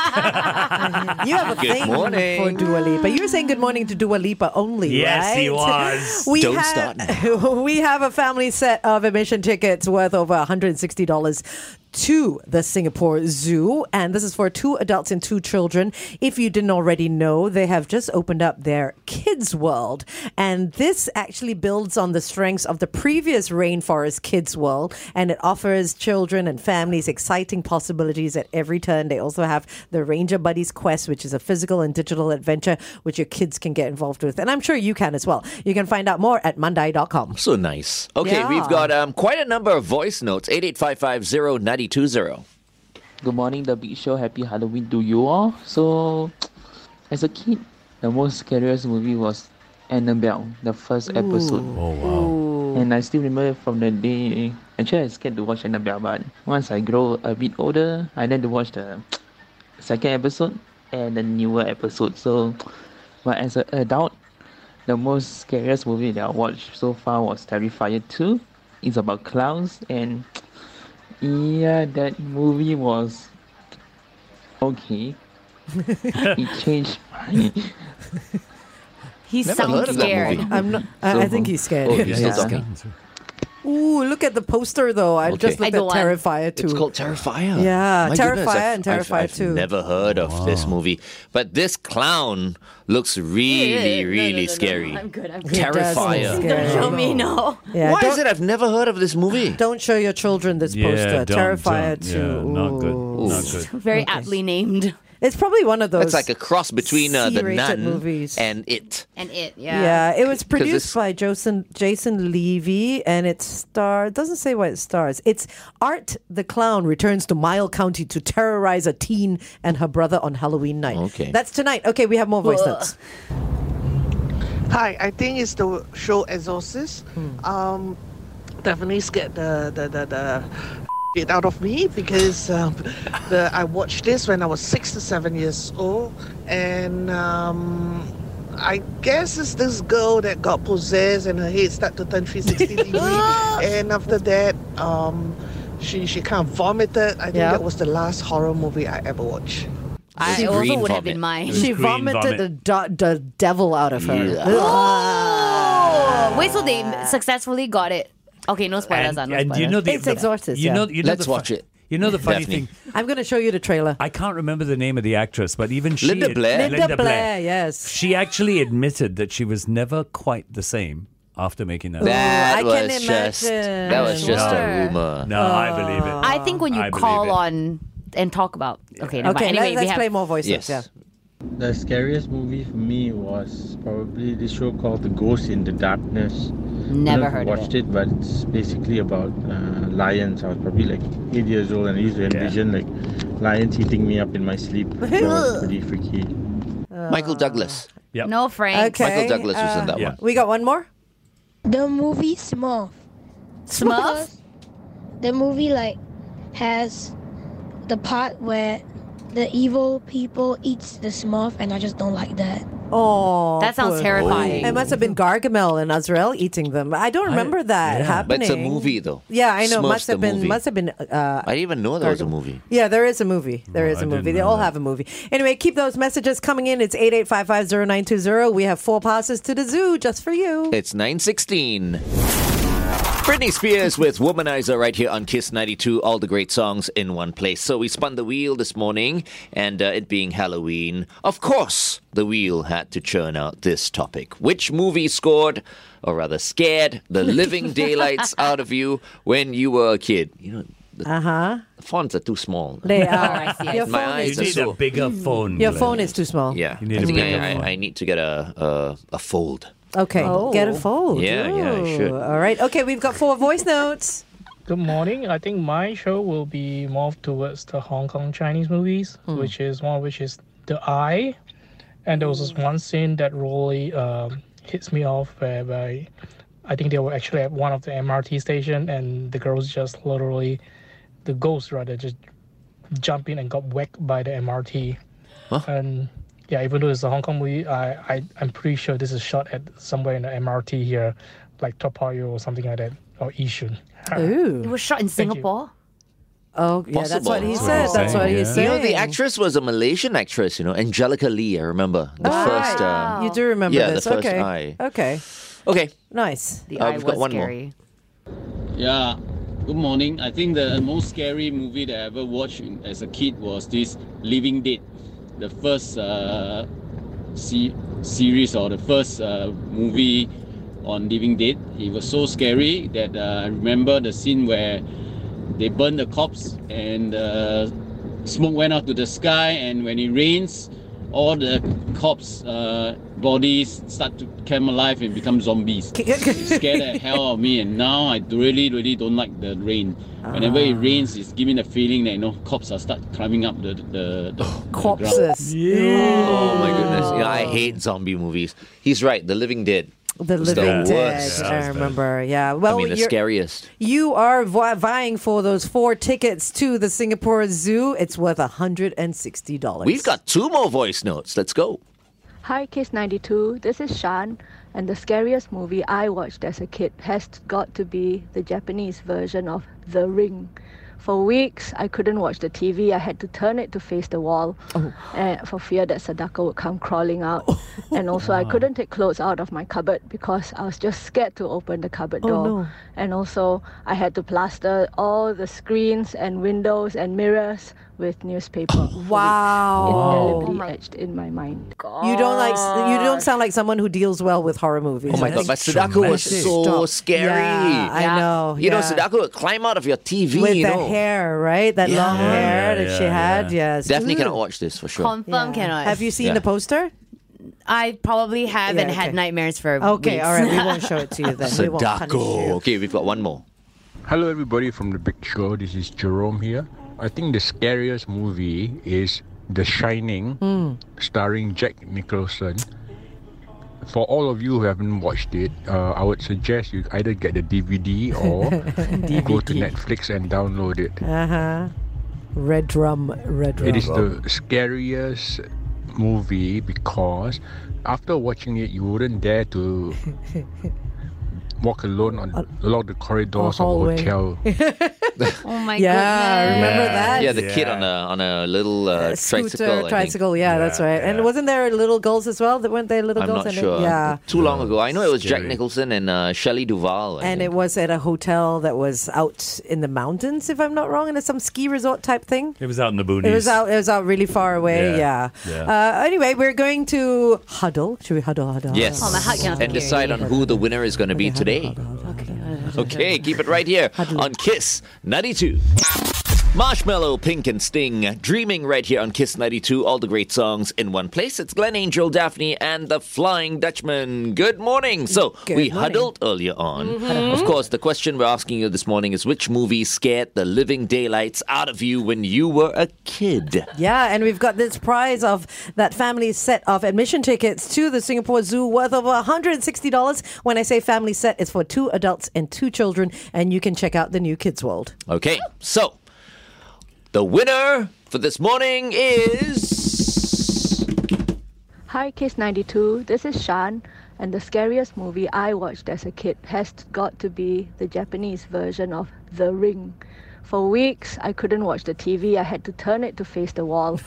[SPEAKER 5] You have a
[SPEAKER 2] Good
[SPEAKER 5] thing
[SPEAKER 2] morning.
[SPEAKER 5] for Dua Lipa. You were saying good morning to Dua Lipa only,
[SPEAKER 2] Yes,
[SPEAKER 5] right?
[SPEAKER 2] he was.
[SPEAKER 5] [laughs] We
[SPEAKER 2] Don't
[SPEAKER 5] have,
[SPEAKER 2] start
[SPEAKER 5] [laughs] We have a family set of admission tickets worth over $160 to the Singapore Zoo. And this is for two adults and two children. If you didn't already know, they have just opened up their Kids World. And this actually builds on the strengths of the previous Rainforest Kids World. And it offers children and families exciting possibilities at every turn. They also have the Ranger Buddies Quest, which is a physical and digital adventure which your kids can get involved with. And I'm sure you can as well. You can find out more at Monday.com.
[SPEAKER 2] So nice. Okay,
[SPEAKER 5] Yeah.
[SPEAKER 2] we've got um, quite a number of voice notes 88550920.
[SPEAKER 12] Good morning, The Big Show. Happy Halloween to you all. So, as a kid, the most scariest movie was Annabelle, the first episode.
[SPEAKER 13] Oh,
[SPEAKER 12] wow. And I still remember from the day. Actually, I was scared to watch Annabelle, but once I grow a bit older, I like to watch the second episode and the newer episode. So, but as an adult, the most scariest movie that I watched so far was Terrifier 2. It's about clowns and yeah, that movie was okay. it changed my
[SPEAKER 6] He
[SPEAKER 12] Never heard
[SPEAKER 6] sounds
[SPEAKER 12] of that
[SPEAKER 6] scared.
[SPEAKER 12] movie.
[SPEAKER 5] I'm not, I, I think he's scared.
[SPEAKER 2] Oh, he's still talking.
[SPEAKER 5] [laughs] Ooh, look at the poster though. I just looked
[SPEAKER 2] Okay. I
[SPEAKER 5] at
[SPEAKER 2] don't want-
[SPEAKER 5] Terrifier too.
[SPEAKER 2] It's called Terrifier.
[SPEAKER 5] Yeah,
[SPEAKER 2] My
[SPEAKER 5] Terrifier
[SPEAKER 2] goodness, I've-
[SPEAKER 5] and
[SPEAKER 2] I've-
[SPEAKER 5] Terrifier
[SPEAKER 2] I've
[SPEAKER 5] too.
[SPEAKER 2] Never heard of this movie, but this clown looks really,
[SPEAKER 6] Ew, no, no,
[SPEAKER 2] really
[SPEAKER 6] no, no, no.
[SPEAKER 2] scary.
[SPEAKER 6] [laughs] I'm good. I'm good.
[SPEAKER 2] Terrifier.
[SPEAKER 6] Don't show me no.
[SPEAKER 2] Why is it I've never heard of this movie?
[SPEAKER 5] Don't show your children this
[SPEAKER 2] Yeah,
[SPEAKER 5] poster.
[SPEAKER 2] don't,
[SPEAKER 5] Terrifier
[SPEAKER 2] don't.
[SPEAKER 5] too.
[SPEAKER 2] Yeah, not good.
[SPEAKER 5] Ooh.
[SPEAKER 2] Not good.
[SPEAKER 6] [laughs] Very aptly named.
[SPEAKER 5] It's probably one of those.
[SPEAKER 2] That's like a cross between uh, the
[SPEAKER 5] C-rated
[SPEAKER 2] nun
[SPEAKER 5] movies.
[SPEAKER 2] and it.
[SPEAKER 6] And it, yeah.
[SPEAKER 5] Yeah. it was
[SPEAKER 2] 'Cause
[SPEAKER 5] produced
[SPEAKER 2] this-
[SPEAKER 5] by Jason Jason Levy, and it star doesn't say what it stars. It's Art the clown returns to Mile County to terrorize a teen and her brother on Halloween night.
[SPEAKER 2] Okay.
[SPEAKER 5] that's tonight. Okay, we have more voice
[SPEAKER 14] Ugh.
[SPEAKER 5] notes.
[SPEAKER 14] Hi, I think it's the show Exorcist. Um, definitely scared the the the, the shit out of me because um, the I watched this when I was six to seven years old, and um, I guess it's this girl that got possessed and her head started to turn 360 degree, and after that, um, she she kind of vomited. I think
[SPEAKER 5] Yeah.
[SPEAKER 14] that was the last horror movie I ever watched.
[SPEAKER 6] I
[SPEAKER 5] She-
[SPEAKER 6] also
[SPEAKER 5] green
[SPEAKER 6] would have
[SPEAKER 5] vomit.
[SPEAKER 6] been mine.
[SPEAKER 5] She vomited the do- the devil out of her.
[SPEAKER 6] [gasps] Oh! Wait, so they successfully got it. Okay, no spoilers. uh,
[SPEAKER 3] And,
[SPEAKER 6] no
[SPEAKER 3] and you
[SPEAKER 6] spoilers.
[SPEAKER 3] know the, the- You know, you know the fu- You know the funny
[SPEAKER 2] Daphne.
[SPEAKER 3] thing.
[SPEAKER 5] I'm going to show you the trailer.
[SPEAKER 3] I can't remember the name of the actress, but even she,
[SPEAKER 2] Linda Blair.
[SPEAKER 5] Linda Blair, yes.
[SPEAKER 3] she actually admitted that she was never quite the same after making that.
[SPEAKER 2] Ooh, That I can was just- imagine. that was just a
[SPEAKER 3] No.
[SPEAKER 2] rumor.
[SPEAKER 3] No, I believe it.
[SPEAKER 5] Oh.
[SPEAKER 6] I think when you
[SPEAKER 3] I believe
[SPEAKER 6] call
[SPEAKER 3] it.
[SPEAKER 6] on and talk about. Okay, never
[SPEAKER 5] Okay,
[SPEAKER 6] mind. anyway,
[SPEAKER 5] let,
[SPEAKER 6] we
[SPEAKER 5] us
[SPEAKER 6] have,
[SPEAKER 5] play more voices. Yeah.
[SPEAKER 15] The scariest movie for me was probably this show called The Ghost in the Darkness. I
[SPEAKER 6] Never
[SPEAKER 15] don't know if you
[SPEAKER 6] heard of
[SPEAKER 15] watched it. but it's basically about uh, lions. I was probably like eight years old, and I used to envision like lions eating me up in my
[SPEAKER 6] [laughs]
[SPEAKER 15] sleep. That was pretty freaky.
[SPEAKER 2] Michael Douglas.
[SPEAKER 3] Yep.
[SPEAKER 6] No, Frank.
[SPEAKER 2] Michael Douglas was in that one.
[SPEAKER 5] We got one more.
[SPEAKER 16] The movie Smurf.
[SPEAKER 6] Smurf?
[SPEAKER 16] Because The movie like has
[SPEAKER 13] the part where the evil people eats the Smurf, and I just don't like that.
[SPEAKER 5] Oh,
[SPEAKER 6] That sounds
[SPEAKER 5] poor-
[SPEAKER 6] terrifying.
[SPEAKER 5] It must have been Gargamel and Azrael eating them. I don't remember that
[SPEAKER 2] But
[SPEAKER 5] happening.
[SPEAKER 2] it's a movie, though.
[SPEAKER 5] Yeah, I know.
[SPEAKER 2] Smurfs
[SPEAKER 5] must have
[SPEAKER 2] the
[SPEAKER 5] been.
[SPEAKER 2] movie.
[SPEAKER 5] Must have been. Uh,
[SPEAKER 2] I didn't even know there was a movie.
[SPEAKER 5] Yeah, there is a movie. There is a movie. They all have a movie. Anyway, keep those messages coming in. It's 88550920. We have four passes to the zoo just for you.
[SPEAKER 2] It's 916. Britney Spears with Womanizer right here on Kiss 92, all the great songs in one place. So we spun the wheel this morning, and uh, it being Halloween, of course, the wheel had to churn out this topic. Which movie scored, or rather scared,
[SPEAKER 5] [laughs]
[SPEAKER 2] the living daylights out of you when you were a kid? You know, the,
[SPEAKER 5] uh-huh.
[SPEAKER 2] the fonts are too small.
[SPEAKER 5] They are. Your
[SPEAKER 2] My
[SPEAKER 5] phone
[SPEAKER 2] eyes
[SPEAKER 5] is
[SPEAKER 2] are
[SPEAKER 3] You need
[SPEAKER 2] so...
[SPEAKER 3] a bigger phone.
[SPEAKER 5] Your phone is too small.
[SPEAKER 2] Yeah,
[SPEAKER 3] need
[SPEAKER 2] I
[SPEAKER 3] a
[SPEAKER 2] think
[SPEAKER 3] bigger
[SPEAKER 2] I, I, I need to get a, a, a fold.
[SPEAKER 5] Okay, get a fold.
[SPEAKER 2] Yeah, yeah, I should.
[SPEAKER 5] Ooh, All right. Okay, we've got four voice notes.
[SPEAKER 16] Good morning. I think my show will be more towards the Hong Kong Chinese movies, which is one which is The Eye, and there was this one scene that really um, hits me off whereby I think they were actually at one of the MRT station, and the girls just literally, the ghost rather, just jumped in and got whacked by the MRT. And yeah, even though it's a Hong Kong movie, I, I I'm pretty sure this is shot at somewhere in the MRT here, like Toa or something like that, or Yishun.
[SPEAKER 5] Ooh.
[SPEAKER 6] It was shot in Singapore.
[SPEAKER 5] Oh, yeah, that's
[SPEAKER 2] Possible.
[SPEAKER 5] what he said. That's what he
[SPEAKER 2] You know,
[SPEAKER 5] said.
[SPEAKER 2] the actress was a Malaysian actress, you know, Angelica Lee, I remember. The
[SPEAKER 5] Oh,
[SPEAKER 2] first.
[SPEAKER 5] right.
[SPEAKER 2] Uh,
[SPEAKER 5] you do remember
[SPEAKER 2] yeah,
[SPEAKER 5] this.
[SPEAKER 2] the first
[SPEAKER 5] okay.
[SPEAKER 2] eye.
[SPEAKER 5] Okay.
[SPEAKER 2] Okay.
[SPEAKER 5] Nice.
[SPEAKER 2] The Uh, eye we've got was one more. scary.
[SPEAKER 17] Yeah. Good morning. I think the most scary movie that I ever watched in- as a kid was this Living Dead, the first uh, se- series or the first uh, movie on Living Dead. It was so scary that uh, I remember the scene where they burn the corpse and uh, smoke went up to the sky, and when it rains, all the corpse uh, bodies start to come alive and become zombies. It scared the hell out of me, and now I really, really don't like the rain. Whenever it rains, it's giving the feeling that you know corpses are start climbing up the the, the
[SPEAKER 5] Corpses.
[SPEAKER 2] Oh my goodness. You know, I hate zombie movies. He's right, The Living Dead.
[SPEAKER 5] The
[SPEAKER 2] was
[SPEAKER 5] Living
[SPEAKER 2] the
[SPEAKER 5] Dead.
[SPEAKER 2] worst.
[SPEAKER 5] I remember. Yeah. Well,
[SPEAKER 2] I mean, the
[SPEAKER 5] you're-
[SPEAKER 2] scariest.
[SPEAKER 5] You are vi- vying for those four tickets to the Singapore Zoo. It's worth $160.
[SPEAKER 2] We've got two more voice notes. Let's go.
[SPEAKER 10] Hi, Kiss 92. This is Shan, and the scariest movie I watched as a kid has got to be the Japanese version of The Ring. For weeks, I couldn't watch the TV. I had to turn it to face the wall eh, for fear that Sadako would come crawling out. and also, I couldn't take clothes out of my cupboard because I was just scared to open the cupboard
[SPEAKER 18] Oh,
[SPEAKER 10] door.
[SPEAKER 18] no.
[SPEAKER 10] And also, I had to plaster all the screens and windows and mirrors with newspaper.
[SPEAKER 5] wow. Oh
[SPEAKER 10] Indelibly etched in my mind.
[SPEAKER 2] Oh
[SPEAKER 5] You don't like. You don't sound like someone who deals well with horror movies.
[SPEAKER 2] Oh my
[SPEAKER 5] I
[SPEAKER 2] god,
[SPEAKER 5] think-
[SPEAKER 2] but Sadako was so
[SPEAKER 5] Stop.
[SPEAKER 2] scary.
[SPEAKER 5] Yeah, I know.
[SPEAKER 2] You know,
[SPEAKER 5] yeah.
[SPEAKER 2] Sadako would climb out of your TV.
[SPEAKER 5] with
[SPEAKER 2] you
[SPEAKER 5] the
[SPEAKER 2] know.
[SPEAKER 5] hair, right? That
[SPEAKER 2] Yeah.
[SPEAKER 5] long
[SPEAKER 2] Yeah,
[SPEAKER 5] hair
[SPEAKER 2] yeah,
[SPEAKER 5] that she
[SPEAKER 2] yeah,
[SPEAKER 5] had.
[SPEAKER 2] yeah.
[SPEAKER 5] Yes.
[SPEAKER 2] Definitely
[SPEAKER 5] Ooh.
[SPEAKER 2] cannot watch this for sure.
[SPEAKER 6] Confirm cannot.
[SPEAKER 5] Have you seen
[SPEAKER 2] Yeah.
[SPEAKER 5] the poster?
[SPEAKER 6] I probably have
[SPEAKER 5] Yeah,
[SPEAKER 6] and
[SPEAKER 5] okay.
[SPEAKER 6] had nightmares for
[SPEAKER 5] Okay,
[SPEAKER 6] weeks.
[SPEAKER 5] all right. We won't show it to
[SPEAKER 2] [laughs]
[SPEAKER 5] you then. We won't punish you.
[SPEAKER 2] Sadako. Okay, we've got one more.
[SPEAKER 19] Hello, everybody from the Big Show. This is Jerome here. I think the scariest movie is The Shining, starring Jack Nicholson. For all of you who haven't watched it, uh, I would suggest you either get the DVD or go to Netflix and download it.
[SPEAKER 5] Uh huh. Red drum. Red drum.
[SPEAKER 19] It is the scariest movie because after watching it, you wouldn't dare to walk alone on, along the corridors of a
[SPEAKER 5] hallway.
[SPEAKER 19] hotel.
[SPEAKER 6] [laughs] Oh my
[SPEAKER 5] Yeah,
[SPEAKER 6] goodness.
[SPEAKER 5] remember that?
[SPEAKER 2] Yeah, the kid on a on a little uh,
[SPEAKER 5] Scooter,
[SPEAKER 2] tricycle. I think.
[SPEAKER 5] tricycle. Yeah, that's right. And wasn't there little girls as well? That weren't there little
[SPEAKER 2] I'm
[SPEAKER 5] girls?
[SPEAKER 2] not
[SPEAKER 5] in it?
[SPEAKER 2] sure.
[SPEAKER 5] eh? Yeah.
[SPEAKER 2] Too long ago. I know it was Jack Nicholson and uh, Shelley Duvall. I
[SPEAKER 5] And
[SPEAKER 2] think.
[SPEAKER 5] it was at a hotel that was out in the mountains, if I'm not wrong, and it's some ski resort type thing.
[SPEAKER 3] It was out in the boonies.
[SPEAKER 5] It was out. It was out really far away.
[SPEAKER 3] Yeah,
[SPEAKER 5] Yeah.
[SPEAKER 3] yeah.
[SPEAKER 5] Uh, anyway, we're going to huddle. Should we huddle? Huddle.
[SPEAKER 2] yes.
[SPEAKER 5] huddle?
[SPEAKER 2] and decide on who the winner is going to be today. Okay, keep it right here on Kiss 92. Marshmallow, Pink and Sting, dreaming right here on Kiss 92, all the great songs in one place. It's Glen Angel, Daphne, and the Flying Dutchman. Good morning. So,
[SPEAKER 20] Good morning.
[SPEAKER 2] we huddled earlier on.
[SPEAKER 5] Mm-hmm.
[SPEAKER 20] Mhm.
[SPEAKER 2] Of course, the question we're asking you this morning is which movie scared the living daylights out of you when you were a kid?
[SPEAKER 5] Yeah, and we've got this prize of that family set of admission tickets to the Singapore Zoo worth of $160. When I say family set, it's for two adults and two children, and you can check out the new Kids World.
[SPEAKER 2] Okay, so The winner for this morning is.
[SPEAKER 10] Hi, Kiss 92. This is Shan, and the scariest movie I watched as a kid has got to be the Japanese version of The Ring. For weeks, I couldn't watch the TV. I had to turn it to face the wall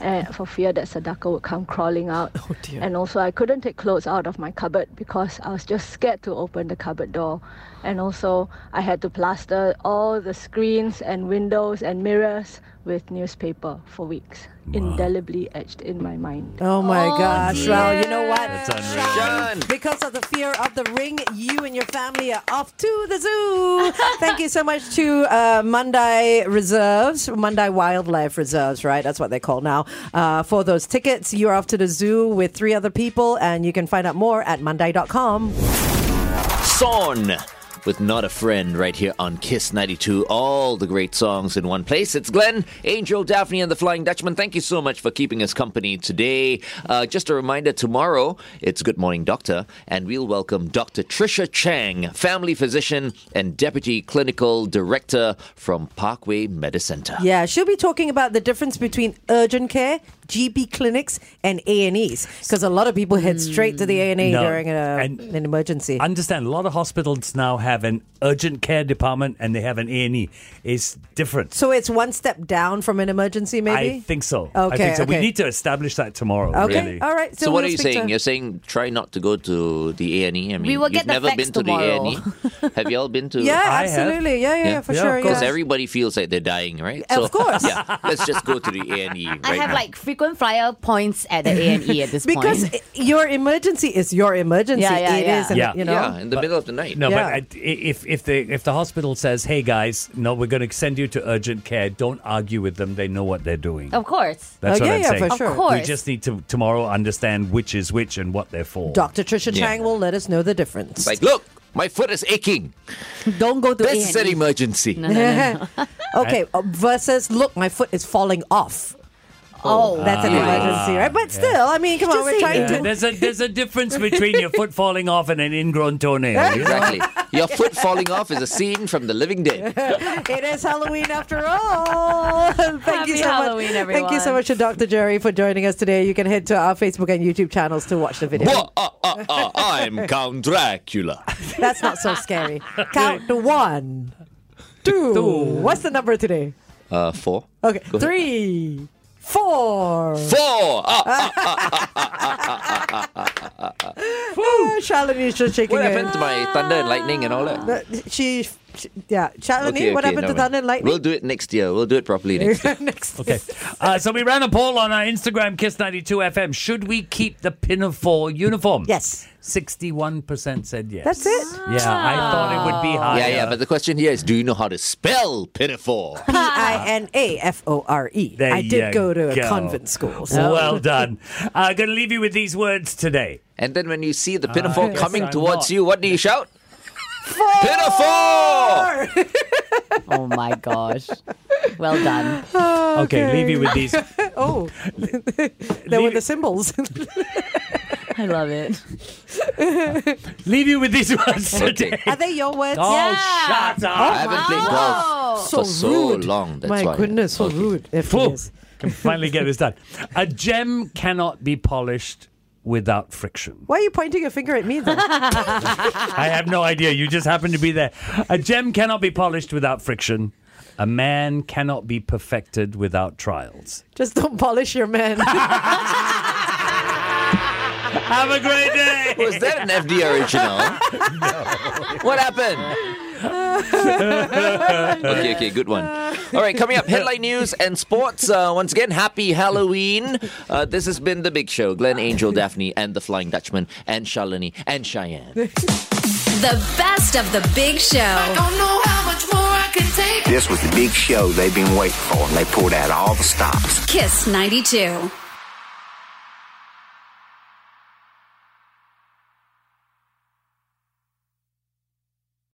[SPEAKER 10] eh, for fear that Sadako would come crawling out.
[SPEAKER 5] dear.
[SPEAKER 10] And also, I couldn't take clothes out of my cupboard because I was just scared to open the cupboard door. And also, I had to plaster all the screens and windows and mirrors with newspaper for weeks, indelibly etched in my mind.
[SPEAKER 5] Oh my gosh. Well, you know what?
[SPEAKER 3] That's unreal.
[SPEAKER 5] Sean, because of the fear of the ring, you and your family are off to the [laughs] zoo. Thank you so much to uh, Mandai Reserves, Mandai Wildlife Reserves, right? That's what they call now. Uh, for those tickets, you're off to the zoo with three other people, and you can find out more at mandai.com.
[SPEAKER 2] Son with Not a Friend right here on Kiss 92. All the great songs in one place. It's Glenn, Angel, Daphne, and the Flying Dutchman. Thank you so much for keeping us company today. Uh, just a reminder tomorrow it's Good Morning Doctor, and we'll welcome Dr. Trisha Chang, family physician and deputy clinical director from Parkway Medicenter.
[SPEAKER 5] Yeah, she'll be talking about the difference between urgent care, GP clinics, and A and E's because a lot of people head straight to the A and E
[SPEAKER 3] No,
[SPEAKER 5] during a,
[SPEAKER 3] and-
[SPEAKER 5] an emergency.
[SPEAKER 3] Understand? A lot of hospitals now have an urgent care department and they have an A and E. It's different.
[SPEAKER 5] So it's one step down from an emergency, maybe.
[SPEAKER 3] I think so. I
[SPEAKER 5] Okay,
[SPEAKER 3] think so. We
[SPEAKER 5] okay.
[SPEAKER 3] need to establish that tomorrow.
[SPEAKER 5] Okay,
[SPEAKER 3] Really.
[SPEAKER 5] all right.
[SPEAKER 2] So,
[SPEAKER 5] So
[SPEAKER 2] what
[SPEAKER 5] we'll
[SPEAKER 2] are you
[SPEAKER 5] speak to-
[SPEAKER 2] saying? You're saying try not to go to the A and E. I mean,
[SPEAKER 6] We will
[SPEAKER 2] you've
[SPEAKER 6] get the
[SPEAKER 2] never
[SPEAKER 6] facts
[SPEAKER 2] been to the
[SPEAKER 6] tomorrow.
[SPEAKER 2] A and
[SPEAKER 6] [laughs]
[SPEAKER 2] E. Have you all been to?
[SPEAKER 5] Yeah, I have. absolutely. Yeah, yeah, yeah, for Yeah, of sure,
[SPEAKER 2] Because
[SPEAKER 5] yeah.
[SPEAKER 2] everybody feels like they're dying, right?
[SPEAKER 6] Of course.
[SPEAKER 2] Yeah, let's just go to the A and E. Right
[SPEAKER 6] I have
[SPEAKER 2] now.
[SPEAKER 6] like frequent flyer points at the A and E at this
[SPEAKER 5] [laughs] because
[SPEAKER 6] point.
[SPEAKER 5] i- your emergency is your emergency. It is,
[SPEAKER 6] Yeah, yeah, yeah.
[SPEAKER 5] and you know.
[SPEAKER 2] the middle of the night.
[SPEAKER 3] No,
[SPEAKER 5] Yeah.
[SPEAKER 3] but I, if if the if the hospital says, "Hey guys, no, we're going to send you to urgent care," don't argue with them. They know what they're doing.
[SPEAKER 6] of course.
[SPEAKER 5] Oh,
[SPEAKER 3] That's what I'm saying.
[SPEAKER 6] Of
[SPEAKER 3] We
[SPEAKER 6] course.
[SPEAKER 3] just need to tomorrow understand which is which and what they're for.
[SPEAKER 5] Dr. Trisha
[SPEAKER 3] Yeah.
[SPEAKER 5] Chang will let us know the difference. [laughs]
[SPEAKER 2] Like, look, my foot is aching.
[SPEAKER 5] Don't go to E.
[SPEAKER 2] This is an emergency.
[SPEAKER 5] [laughs] okay, uh, versus look, my foot is falling off.
[SPEAKER 3] Oh.
[SPEAKER 5] that's an
[SPEAKER 3] Ah,
[SPEAKER 5] emergency, right? But
[SPEAKER 3] yeah.
[SPEAKER 5] still, I mean, come on, we're trying
[SPEAKER 3] Yeah,
[SPEAKER 5] to.
[SPEAKER 3] there's a there's a difference between your foot falling off and an ingrown toenail.
[SPEAKER 5] [laughs]
[SPEAKER 3] you know?
[SPEAKER 2] Exactly. Your foot falling off is a scene from The Living
[SPEAKER 5] [laughs]
[SPEAKER 2] Dead.
[SPEAKER 5] [laughs] it is Halloween after all. [laughs] Thank you
[SPEAKER 6] Happy
[SPEAKER 5] so
[SPEAKER 6] Halloween,
[SPEAKER 5] much. Thank you so
[SPEAKER 6] everyone.
[SPEAKER 5] much to Dr. Jerry for joining us today. You can head to our Facebook and YouTube channels to watch the video.
[SPEAKER 2] Wha- uh, uh, uh, I'm Count Dracula.
[SPEAKER 5] That's not so scary. Count to one, two. What's the number today?
[SPEAKER 2] Uh, four.
[SPEAKER 5] Okay,
[SPEAKER 2] Go ahead.
[SPEAKER 5] three, four.
[SPEAKER 2] Four. Ah, ah, ah, ah, ah, ah, ah, ah, ah, ah, ah.
[SPEAKER 5] Ah, Shalini is just shaking
[SPEAKER 2] What
[SPEAKER 5] her
[SPEAKER 2] happened to my thunder and lightning and all that?
[SPEAKER 5] That- She, she- yeah. Shalini, what happened to
[SPEAKER 2] never mind.
[SPEAKER 5] Thunder and Lightning?
[SPEAKER 2] We'll do it next year. We'll do it
[SPEAKER 5] [laughs]
[SPEAKER 2] properly next year.
[SPEAKER 3] Okay. Uh, so we ran a poll on our Instagram, Kiss92FM. Should we keep the pinafore uniform?
[SPEAKER 5] Yes.
[SPEAKER 3] 61% said yes.
[SPEAKER 5] That's it.
[SPEAKER 3] Yeah, I thought it would be
[SPEAKER 5] Oh,
[SPEAKER 3] higher.
[SPEAKER 2] Ah. Yeah, yeah, but the question here is do you know how to
[SPEAKER 5] [laughs]
[SPEAKER 2] spell pinafore?
[SPEAKER 5] P I N A F O R E.
[SPEAKER 3] There
[SPEAKER 5] I
[SPEAKER 3] you
[SPEAKER 5] did go to a
[SPEAKER 3] go.
[SPEAKER 5] convent school. So.
[SPEAKER 3] Well done. Uh, I'm going to leave you with these words today.
[SPEAKER 2] And then when you see the
[SPEAKER 5] [laughs]
[SPEAKER 3] Uh,
[SPEAKER 2] pinafore
[SPEAKER 3] yes,
[SPEAKER 2] coming
[SPEAKER 3] I'm not.
[SPEAKER 2] towards you, what do you shout? Pinafore!
[SPEAKER 6] oh my gosh. Well done.
[SPEAKER 3] Okay, leave you with these.
[SPEAKER 5] [laughs]
[SPEAKER 3] [laughs]
[SPEAKER 5] oh, [laughs] there were the symbols.
[SPEAKER 6] [laughs] I love it.
[SPEAKER 3] Leave you with these words
[SPEAKER 2] Okay.
[SPEAKER 3] today.
[SPEAKER 5] Are they your words?
[SPEAKER 3] Oh, shut up.
[SPEAKER 2] I
[SPEAKER 5] Oh
[SPEAKER 2] haven't played golf
[SPEAKER 5] So
[SPEAKER 2] for so
[SPEAKER 5] rude.
[SPEAKER 2] long. That's
[SPEAKER 5] My
[SPEAKER 2] why.
[SPEAKER 5] goodness, so rude. If it
[SPEAKER 3] Phew.
[SPEAKER 5] is.
[SPEAKER 3] Can finally get this done. A gem cannot be polished without friction.
[SPEAKER 5] Why are you pointing your finger at me then?
[SPEAKER 3] I have no idea. You just happen to be there. A gem cannot be polished without friction. A man cannot be perfected without trials.
[SPEAKER 5] Just don't polish your man.
[SPEAKER 3] Have a great day.
[SPEAKER 2] Was that an FD original? What happened? okay, okay, good one. All right, coming up, headline news and sports. Uh, once again, happy Halloween. Uh, this has been The Big Show. Glenn Angel, Daphne, and The Flying Dutchman, and Shalini, and Cheyenne.
[SPEAKER 1] The best of the big show. I don't know how much more I can take.
[SPEAKER 18] This was the big show they've been waiting for, and they pulled out all the stops.
[SPEAKER 1] Kiss 92.